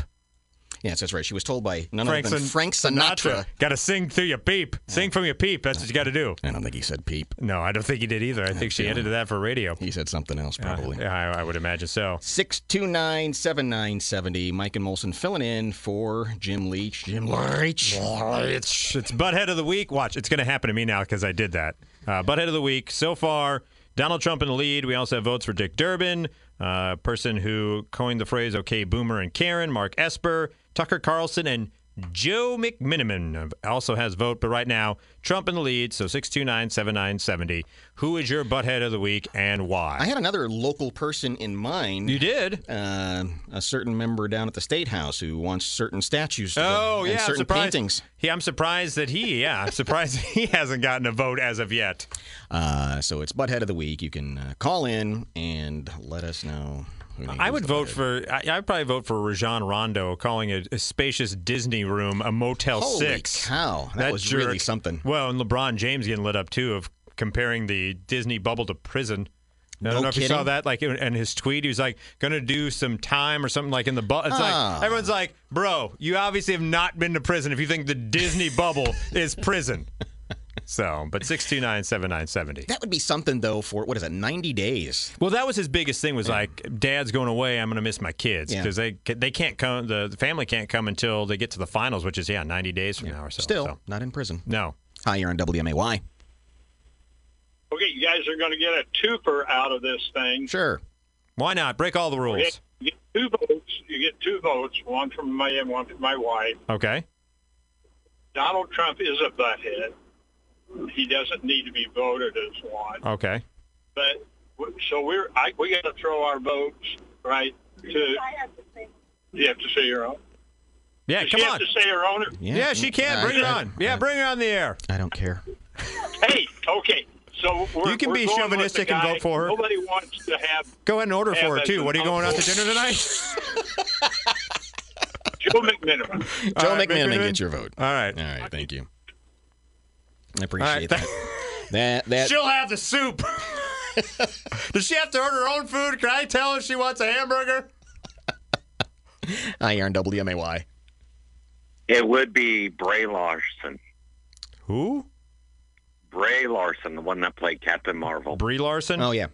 Speaker 1: Yes, that's right. She was told by none
Speaker 2: Frank,
Speaker 1: other than
Speaker 2: Sin-
Speaker 1: Frank Sinatra.
Speaker 2: Got to sing through your peep. Sing from your peep. That's what you got to do.
Speaker 1: I don't think he said peep.
Speaker 2: No, I don't think he did either. I think she
Speaker 1: feeling
Speaker 2: edited that for radio.
Speaker 1: He said something else, probably.
Speaker 2: Yeah, I, I would imagine so.
Speaker 1: 629 7970. Mike and Molson filling in for Jim Leach. Jim Leach.
Speaker 2: It's, it's butthead of the week. Watch, it's going to happen to me now because I did that. Uh, butthead of the week. So far, Donald Trump in the lead. We also have votes for Dick Durbin, uh, person who coined the phrase "Okay, Boomer" and Karen. Mark Esper, Tucker Carlson, and Joe McMiniman also has vote. But right now, Trump in the lead. So six two nine seven nine seventy. Who is your butthead of the week and why?
Speaker 1: I had another local person in mind.
Speaker 2: You did?
Speaker 1: Uh, a certain member down at the State House who wants certain statues to
Speaker 2: Oh
Speaker 1: and
Speaker 2: yeah, I'm
Speaker 1: certain
Speaker 2: surprised.
Speaker 1: paintings.
Speaker 2: He, I'm surprised that he, yeah, I'm surprised [LAUGHS] he hasn't gotten a vote as of yet.
Speaker 1: Uh, so it's Butthead of the Week. You can uh, call in and let us know. who you
Speaker 2: I would vote for. I, I'd probably vote for Rajon Rondo, calling a, a spacious Disney room a Motel
Speaker 1: Holy
Speaker 2: Oh, Six.
Speaker 1: cow, that was really something.
Speaker 2: Well, and LeBron James getting lit up too of comparing the Disney bubble to prison. I
Speaker 1: No
Speaker 2: don't know if you saw
Speaker 1: kidding?
Speaker 2: that. Like, and his tweet, he was like, "Going to do some time or something like in the bubble." It's
Speaker 1: Ah.
Speaker 2: like everyone's like, "Bro, you obviously have not been to prison if you think the Disney bubble [LAUGHS] is prison." So, but six two nine seven nine seventy.
Speaker 1: That would be something though for what is it? Ninety days.
Speaker 2: Well, that was his biggest thing. Was like, Dad's going away. I'm going to miss my kids
Speaker 1: Yeah.
Speaker 2: because they they can't come. The, the family can't come until they get to the finals, which is yeah, 90 days from now or so.
Speaker 1: Still
Speaker 2: So,
Speaker 1: not in prison.
Speaker 2: No.
Speaker 1: Hi, you're on WMAY.
Speaker 9: Okay, you guys are going to get a twofer out of this thing.
Speaker 2: Sure. Why not? Break all the
Speaker 9: You get,
Speaker 2: rules.
Speaker 9: you get two votes. You get two votes. One from me and one from my wife.
Speaker 2: Okay.
Speaker 9: Donald Trump is a butthead. He doesn't need to be voted as one.
Speaker 2: Okay.
Speaker 9: But w- so we're I, we got to throw our votes right to. You have to say your own.
Speaker 2: Yeah,
Speaker 9: Does
Speaker 2: come
Speaker 9: she
Speaker 2: on.
Speaker 9: have to say her own?
Speaker 2: Yeah, she can.
Speaker 1: mm, I-
Speaker 2: Bring it
Speaker 1: I-
Speaker 2: on. Yeah, bring her on the air.
Speaker 1: I don't care.
Speaker 9: Hey, okay. So we're,
Speaker 2: You can
Speaker 9: we're going
Speaker 2: be
Speaker 9: with
Speaker 2: chauvinistic
Speaker 9: the
Speaker 2: and
Speaker 9: guy.
Speaker 2: vote for her.
Speaker 9: Nobody wants to have
Speaker 2: Go ahead and order
Speaker 9: Yeah,
Speaker 2: for her
Speaker 9: but-
Speaker 2: too. What are you going out to dinner tonight?
Speaker 9: [LAUGHS] Joe McMiniman.
Speaker 1: Joe
Speaker 2: All right,
Speaker 1: McMiniman
Speaker 2: McMiniman.
Speaker 1: gets your vote.
Speaker 2: All right.
Speaker 1: All right. Thank you. I appreciate
Speaker 2: [LAUGHS] All right.
Speaker 1: that. That that
Speaker 2: She'll have
Speaker 1: [LAUGHS]
Speaker 2: the soup. Does she have to order her own food? Can I tell if she wants a hamburger?
Speaker 1: I iron WMAY.
Speaker 10: It would be Bray Larson.
Speaker 2: Who?
Speaker 10: Bray Larson, the one that played Captain Marvel.
Speaker 2: Brie Larson.
Speaker 1: Oh yeah.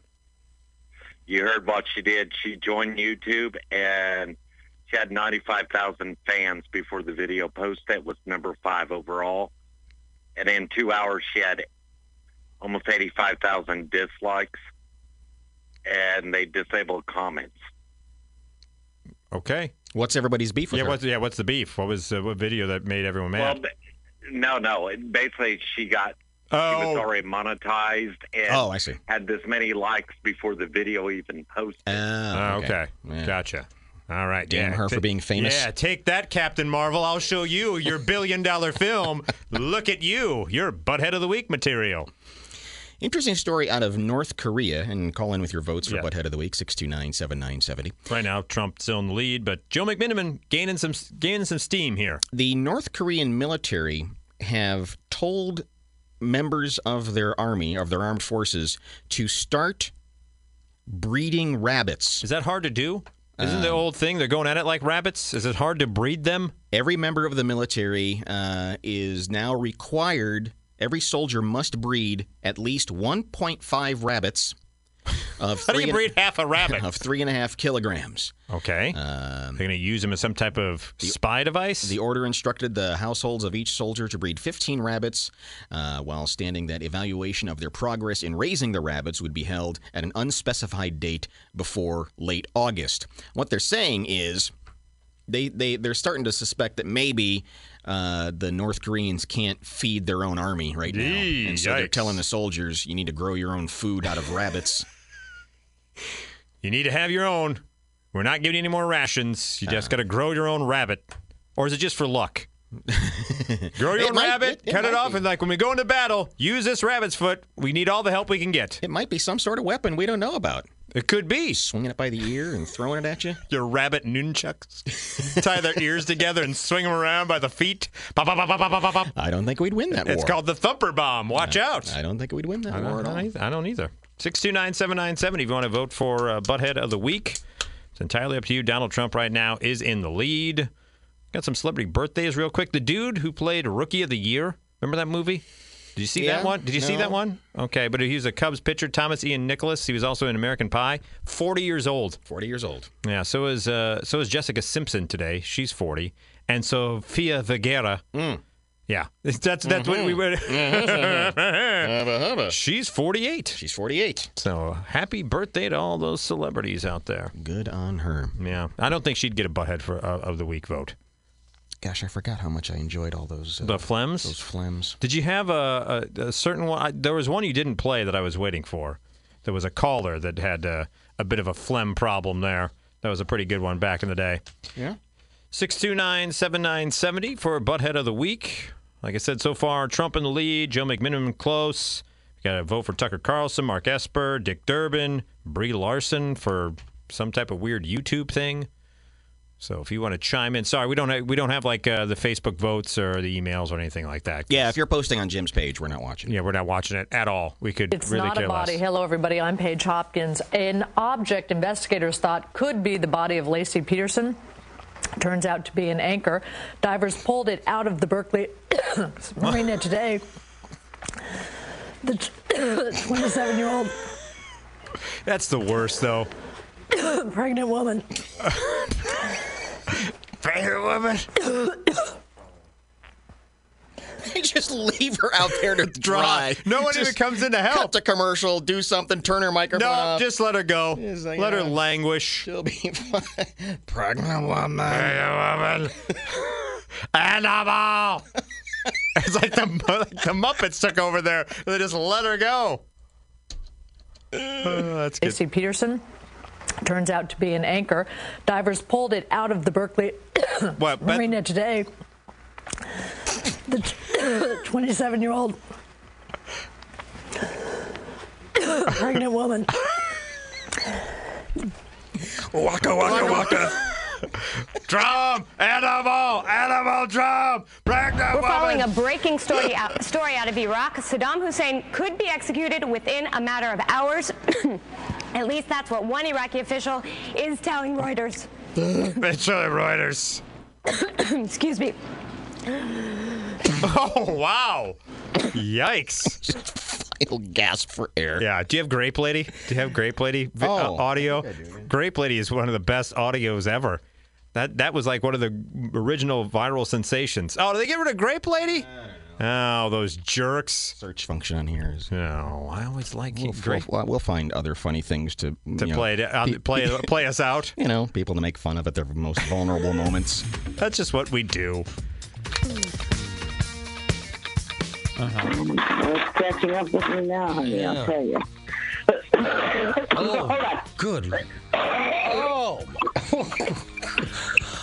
Speaker 10: You heard what she did. She joined YouTube and she had 95,000 fans before the video post that was number five overall. And in two hours, she had almost 85,000 dislikes and they disabled comments.
Speaker 2: Okay.
Speaker 1: What's everybody's beef with
Speaker 2: Yeah.
Speaker 1: her?
Speaker 2: What's yeah? What's the beef? What was uh, what video that made everyone
Speaker 10: Well,
Speaker 2: mad?
Speaker 10: ba- no, no. It, basically, she got, she was
Speaker 2: Oh.
Speaker 10: already monetized and
Speaker 1: Oh, I see.
Speaker 10: had this many likes before the video even posted.
Speaker 1: Ah,
Speaker 2: Oh, okay.
Speaker 1: Yeah.
Speaker 2: Gotcha. All right.
Speaker 1: Damn
Speaker 2: yeah.
Speaker 1: her for
Speaker 2: Ta-
Speaker 1: being famous.
Speaker 2: Yeah. Take that, Captain Marvel. I'll show you your billion dollar film. Look at you. You're butthead of the week material.
Speaker 1: Interesting story out of North Korea. And call in with your votes for
Speaker 2: Yeah.
Speaker 1: Butthead of the Week, 629 7970.
Speaker 2: Right now, Trump's still in the lead, but Joe McMiniman gaining some gaining some steam here.
Speaker 1: The North Korean military have told members of their army, of their armed forces, to start breeding rabbits. Um,
Speaker 2: Is that hard to do? Isn't the old thing they're going at it like rabbits? Is it hard to breed them?
Speaker 1: Every member of the military uh, is now required, every soldier must breed at least 1.5 rabbits. Of
Speaker 2: [LAUGHS]
Speaker 1: three
Speaker 2: How do you
Speaker 1: and-
Speaker 2: breed half a
Speaker 1: [LAUGHS]
Speaker 2: rabbit?
Speaker 1: Of three and a half kilograms. Um,
Speaker 2: Okay. they're going to use them as some type of spy device.
Speaker 1: The order instructed the households of each soldier to breed 15 rabbits, uh, while standing that evaluation of their progress in raising the rabbits would be held at an unspecified date before late August. What they're saying is they, they, they're starting to suspect that maybe uh, the North Koreans can't feed their own army right now.
Speaker 2: Yee,
Speaker 1: and so they're
Speaker 2: yikes.
Speaker 1: telling the soldiers, you need to grow your own food out of
Speaker 2: [LAUGHS]
Speaker 1: rabbits.
Speaker 2: you need to have your own. We're not giving you any more rations. You
Speaker 1: Uh.
Speaker 2: just got to grow your own rabbit. Or is it just
Speaker 1: [LAUGHS]
Speaker 2: for luck? grow
Speaker 1: It
Speaker 2: your own
Speaker 1: might-
Speaker 2: rabbit,
Speaker 1: it- it
Speaker 2: cut it
Speaker 1: might
Speaker 2: off,
Speaker 1: be.
Speaker 2: and like when we go into battle, use this rabbit's foot. We need all the help we can get.
Speaker 1: It might be some sort of weapon we don't know about.
Speaker 2: It could be
Speaker 1: Swinging it by the ear and throwing it at you.
Speaker 2: [LAUGHS] your rabbit nunchucks. Tie their ears together and swing them around by the feet. Pop, pop, pop, pop, pop, pop, pop.
Speaker 1: I don't think we'd win that
Speaker 2: It's
Speaker 1: war.
Speaker 2: called the thumper bomb. Watch out.
Speaker 1: I don't think we'd win that
Speaker 2: I
Speaker 1: war
Speaker 2: don't,
Speaker 1: at all.
Speaker 2: I don't eith- I don't either. 629-7970 if you want to vote for uh, Butthead of the Week. It's entirely up to you. Donald Trump right now is in the lead. Got some celebrity birthdays real quick. The dude who played Rookie of the Year, remember that movie? Did you see
Speaker 1: Yeah,
Speaker 2: that one? Did you see
Speaker 1: no.
Speaker 2: that one? Okay, but he was a Cubs pitcher, Thomas Ian Nicholas. He was also in American Pie. 40 years old.
Speaker 1: 40 years old.
Speaker 2: Yeah, so is uh, so is Jessica Simpson today. She's 40. And Sofia Vergara.
Speaker 1: Mm.
Speaker 2: Yeah. [LAUGHS] That's that's what we
Speaker 1: Mm-hmm.
Speaker 2: would She's 48.
Speaker 1: She's 48.
Speaker 2: So happy birthday to all those celebrities out there.
Speaker 1: Good on her.
Speaker 2: Yeah, I don't think she'd get a butthead for uh, of the week vote.
Speaker 1: Gosh, I forgot how much I enjoyed all those uh,
Speaker 2: The Flems.
Speaker 1: those flems.
Speaker 2: Did you have a, a, a certain one? I, there was one you didn't play that I was waiting for. There was a caller that had uh, a bit of a phlegm problem there. That was a pretty good one back in the day.
Speaker 1: Yeah.
Speaker 2: 629-7970 for Butthead of the Week. Like I said, so far, Trump in the lead, Joe McMiniman close. We got to vote for Tucker Carlson, Mark Esper, Dick Durbin, Brie Larson for some type of weird YouTube thing. So if you want to chime in, sorry, we don't have, we don't have like uh, the Facebook votes or the emails or anything like that.
Speaker 1: Yeah, if you're posting on Jim's page, we're not watching.
Speaker 2: Yeah, we're not watching it at all. We could
Speaker 6: It's
Speaker 2: really
Speaker 6: not
Speaker 2: care
Speaker 6: a body.
Speaker 2: less.
Speaker 6: Hello, everybody. I'm Paige Hopkins. An object investigators thought could be the body of Lacey Peterson turns out to be an anchor. Divers pulled it out of the Berkeley [COUGHS] marina today. The [COUGHS] 27 year old
Speaker 2: That's the worst, though.
Speaker 6: pregnant woman
Speaker 2: Pregnant woman.
Speaker 1: Did [LAUGHS] just leave her out there to [LAUGHS] dry.
Speaker 2: No one
Speaker 1: Just
Speaker 2: even comes in to help.
Speaker 1: Cut to commercial, do something, turn her microphone
Speaker 2: [COUGHS] No,
Speaker 1: off.
Speaker 2: just let her go.
Speaker 1: Just like,
Speaker 2: Let her
Speaker 1: yeah.
Speaker 2: languish.
Speaker 1: She'll be [LAUGHS] fine. Pregnant woman.
Speaker 2: [LAUGHS] Pregnant woman. Animal. [LAUGHS] it's like the, like the Muppets took over there. They just let her go. Oh,
Speaker 6: Lacey Peterson turns out to be an anchor. Divers pulled it out of the Berkeley
Speaker 2: [COUGHS] What, but-
Speaker 6: marina today. The [COUGHS] 27-year-old pregnant woman.
Speaker 2: Waka waka waka. [LAUGHS] drum, animal, animal drum, pregnant
Speaker 8: We're following a
Speaker 2: woman.
Speaker 8: breaking story out, story out of Iraq. Saddam Hussein could be executed within a matter of hours. [CLEARS THROAT] At least that's what one Iraqi official is telling Reuters.
Speaker 2: [LAUGHS] it's Shirley Reuters.
Speaker 8: [COUGHS] Excuse me.
Speaker 2: [LAUGHS] Oh wow! Yikes!
Speaker 1: It'll gasp for air.
Speaker 2: Yeah. Do you have Grape Lady? Do you have Grape Lady vi- uh,
Speaker 1: Oh, I
Speaker 2: audio? Grape Lady is one of the best audios ever. That that was like one of the original viral sensations. Oh, did they get rid of Grape Lady? Oh, those jerks!
Speaker 1: Search function on here is.
Speaker 2: No, I always like
Speaker 1: We'll,
Speaker 2: Grape.
Speaker 1: we'll, we'll find other funny things to
Speaker 2: To play it- uh, play-
Speaker 1: [LAUGHS]
Speaker 2: play us out.
Speaker 1: You know, people to make fun of at their most
Speaker 2: [LAUGHS]
Speaker 1: vulnerable moments.
Speaker 2: That's just what we do.
Speaker 1: Uh-huh.
Speaker 11: I was catching up with me now, honey.
Speaker 1: Yeah.
Speaker 11: I'll tell you. [LAUGHS] Hold on.
Speaker 1: Good.
Speaker 12: [LAUGHS]
Speaker 11: Oh. oh,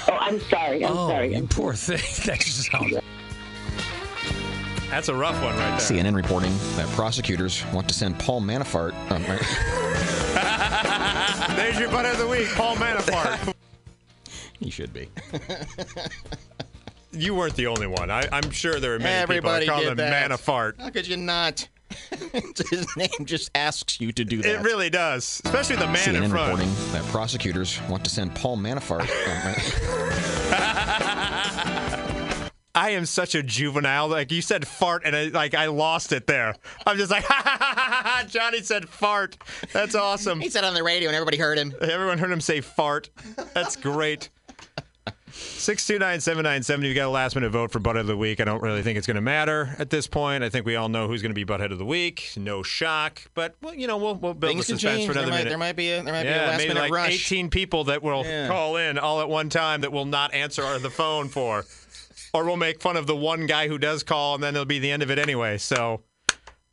Speaker 11: I'm sorry. I'm
Speaker 12: oh,
Speaker 11: sorry.
Speaker 12: you poor thing. [LAUGHS] That just sounds.
Speaker 2: That's a rough one
Speaker 1: [LAUGHS]
Speaker 2: right there.
Speaker 1: CNN reporting that prosecutors want to send Paul Manafort. Um,
Speaker 2: There's your butt of the week, Paul Manafort.
Speaker 1: [LAUGHS] he should be.
Speaker 2: you weren't the only one. I, I'm sure there are many
Speaker 1: [LAUGHS] Everybody
Speaker 2: people that call
Speaker 1: did
Speaker 2: him
Speaker 1: that.
Speaker 2: Manafort.
Speaker 1: How could you not? [LAUGHS] His name just asks you to do that.
Speaker 2: It really does, especially the man
Speaker 1: CNN
Speaker 2: in front.
Speaker 1: reporting that prosecutors want to send Paul Manafort. uh,
Speaker 2: [LAUGHS] I am such a juvenile. Like you said, fart, and I, like I lost it there. I'm just like, [LAUGHS] ha ha ha ha. Johnny said fart. That's awesome. he
Speaker 1: said on the radio, and everybody heard him.
Speaker 2: Everyone heard him say fart. That's great. Six two nine seven nine seventy. We got a last minute vote for butthead of the week. I don't really think it's going to matter at this point. I think we all know who's going to be butthead of the week. No shock, but well, you know we'll we'll build
Speaker 1: Things
Speaker 2: the
Speaker 1: can
Speaker 2: suspense
Speaker 1: change.
Speaker 2: for
Speaker 1: There
Speaker 2: another
Speaker 1: might,
Speaker 2: minute.
Speaker 1: there might be a, there might
Speaker 2: yeah,
Speaker 1: be a last
Speaker 2: maybe
Speaker 1: minute
Speaker 2: like
Speaker 1: rush.
Speaker 2: 18 people that will
Speaker 1: Yeah.
Speaker 2: call in all at one time that will not answer our, the phone for, or we'll make fun of the one guy who does call, and then it'll be the end of it anyway. So.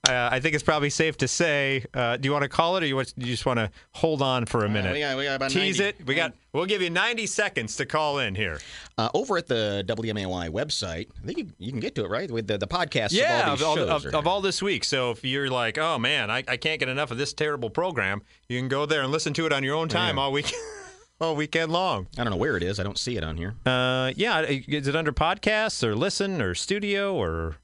Speaker 2: Uh, I think it's probably safe to say. Uh, do you want to call it, or you, want, you just want to hold on for a
Speaker 1: [LAUGHS]
Speaker 2: minute?
Speaker 1: Uh, we got- we got about
Speaker 2: Tease
Speaker 1: 90.
Speaker 2: it. We got. We'll give you 90 seconds to call in here.
Speaker 1: Uh, over at the WMAY website, I think you, you can get to it, right? With the, the podcast
Speaker 2: yeah,
Speaker 1: of all these shows.
Speaker 2: of,
Speaker 1: are
Speaker 2: of all this week. So if you're like, oh man, I, I can't get enough of this terrible program, you can go there and listen to it on your own time all week, [LAUGHS] all weekend long.
Speaker 1: I don't know where it is. I don't see it on here.
Speaker 2: Uh, yeah, is it under podcasts or listen or studio or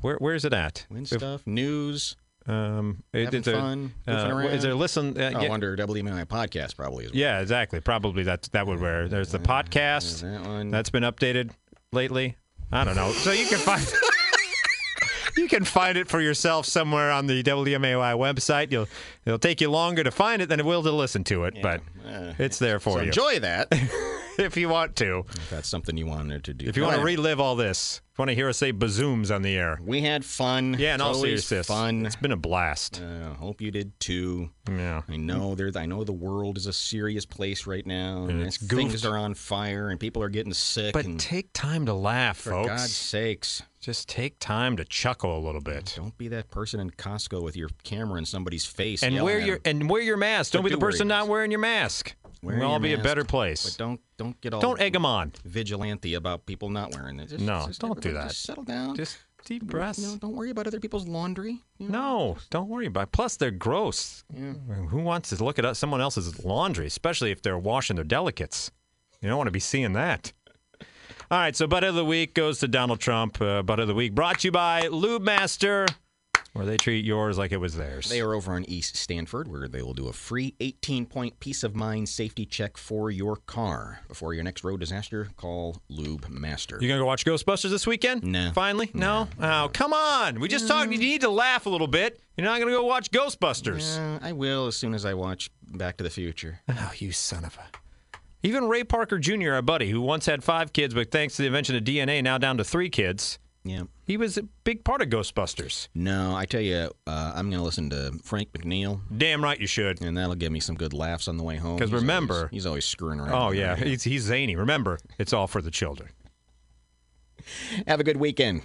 Speaker 2: where where is it at?
Speaker 1: Win stuff, news.
Speaker 2: Um, is
Speaker 1: Having
Speaker 2: there-
Speaker 1: fun,
Speaker 2: uh,
Speaker 1: goofing around.
Speaker 2: is there listen? Uh,
Speaker 1: oh,
Speaker 2: yeah,
Speaker 1: under WMI podcast probably is.
Speaker 2: yeah, exactly. Probably that that would where there's the podcast
Speaker 1: that one.
Speaker 2: has been updated lately. I don't know. So you can find. [LAUGHS] You can find it for yourself somewhere on the WMAY website. You'll it'll take you longer to find it than it will to listen to it, but it's there for
Speaker 1: So
Speaker 2: you.
Speaker 1: enjoy that
Speaker 2: [LAUGHS] if you want to.
Speaker 1: If that's something you wanted to do.
Speaker 2: If you
Speaker 1: But
Speaker 2: want to
Speaker 1: anyway,
Speaker 2: relive all this, if you want to hear us say bazooms on the air.
Speaker 1: we had fun.
Speaker 2: Yeah, and
Speaker 1: It's
Speaker 2: all
Speaker 1: always
Speaker 2: seriousness,
Speaker 1: fun.
Speaker 2: it's been a blast.
Speaker 1: Uh, hope you did too.
Speaker 2: Yeah,
Speaker 1: I know there. I know the world is a serious place right now, and,
Speaker 2: And
Speaker 1: it's
Speaker 2: it's
Speaker 1: things
Speaker 2: goofed.
Speaker 1: are on fire, and people are getting sick.
Speaker 2: But [LAUGHS]
Speaker 1: and
Speaker 2: take time to laugh,
Speaker 1: for
Speaker 2: folks.
Speaker 1: God's sakes,
Speaker 2: just take time to chuckle a little bit.
Speaker 1: Don't be that person in Costco with your camera in somebody's face.
Speaker 2: And
Speaker 1: yelling
Speaker 2: wear
Speaker 1: at
Speaker 2: your
Speaker 1: 'em.
Speaker 2: and wear your mask. Don't
Speaker 1: But
Speaker 2: be
Speaker 1: do
Speaker 2: the
Speaker 1: wear
Speaker 2: person
Speaker 1: your
Speaker 2: not wearing your mask.
Speaker 1: Wear
Speaker 2: we'll
Speaker 1: your
Speaker 2: all be a
Speaker 1: mask,
Speaker 2: better place.
Speaker 1: But don't don't get all
Speaker 2: Don't egg 'em on.
Speaker 1: vigilante about people not wearing it. Just-
Speaker 2: No,
Speaker 1: just
Speaker 2: don't do
Speaker 1: everybody
Speaker 2: that.
Speaker 1: Just settle down.
Speaker 2: Just deep
Speaker 1: You
Speaker 2: breaths.
Speaker 1: know, don't worry about other people's laundry. you know?
Speaker 2: No, don't worry about. it. Plus, they're gross. Who wants to look at someone else's laundry, especially if they're washing their delicates? You don't want to be seeing that. All right, so butt of the week goes to Donald Trump. Uh, butt of the week brought to you by Lube Master, where they treat yours like it was theirs.
Speaker 1: They are over on East Stanford, where they will do a free 18 point peace of mind safety check for your car. Before your next road disaster, call Lube Master.
Speaker 2: You gonna go watch Ghostbusters this weekend?
Speaker 1: No.
Speaker 2: Finally? No. Oh, come on! We just talked. You need to laugh a little bit. You're not gonna go watch Ghostbusters.
Speaker 1: Yeah, I will as soon as I watch Back to the Future.
Speaker 2: [LAUGHS] Oh, you son of a. Even Ray Parker Jr., our buddy, who once had five kids, but thanks to the invention of DNA, now down to three kids.
Speaker 1: Yeah.
Speaker 2: He was a big part of Ghostbusters.
Speaker 1: No, I tell you, uh, I'm going to listen to Frank McNeil.
Speaker 2: Damn right you should.
Speaker 1: And that'll give me some good laughs on the way home.
Speaker 2: 'Cause
Speaker 1: He's
Speaker 2: remember-
Speaker 1: always- he's always screwing around.
Speaker 2: Oh yeah, he's, he's zany. Remember, it's all for the children.
Speaker 1: Have a good weekend.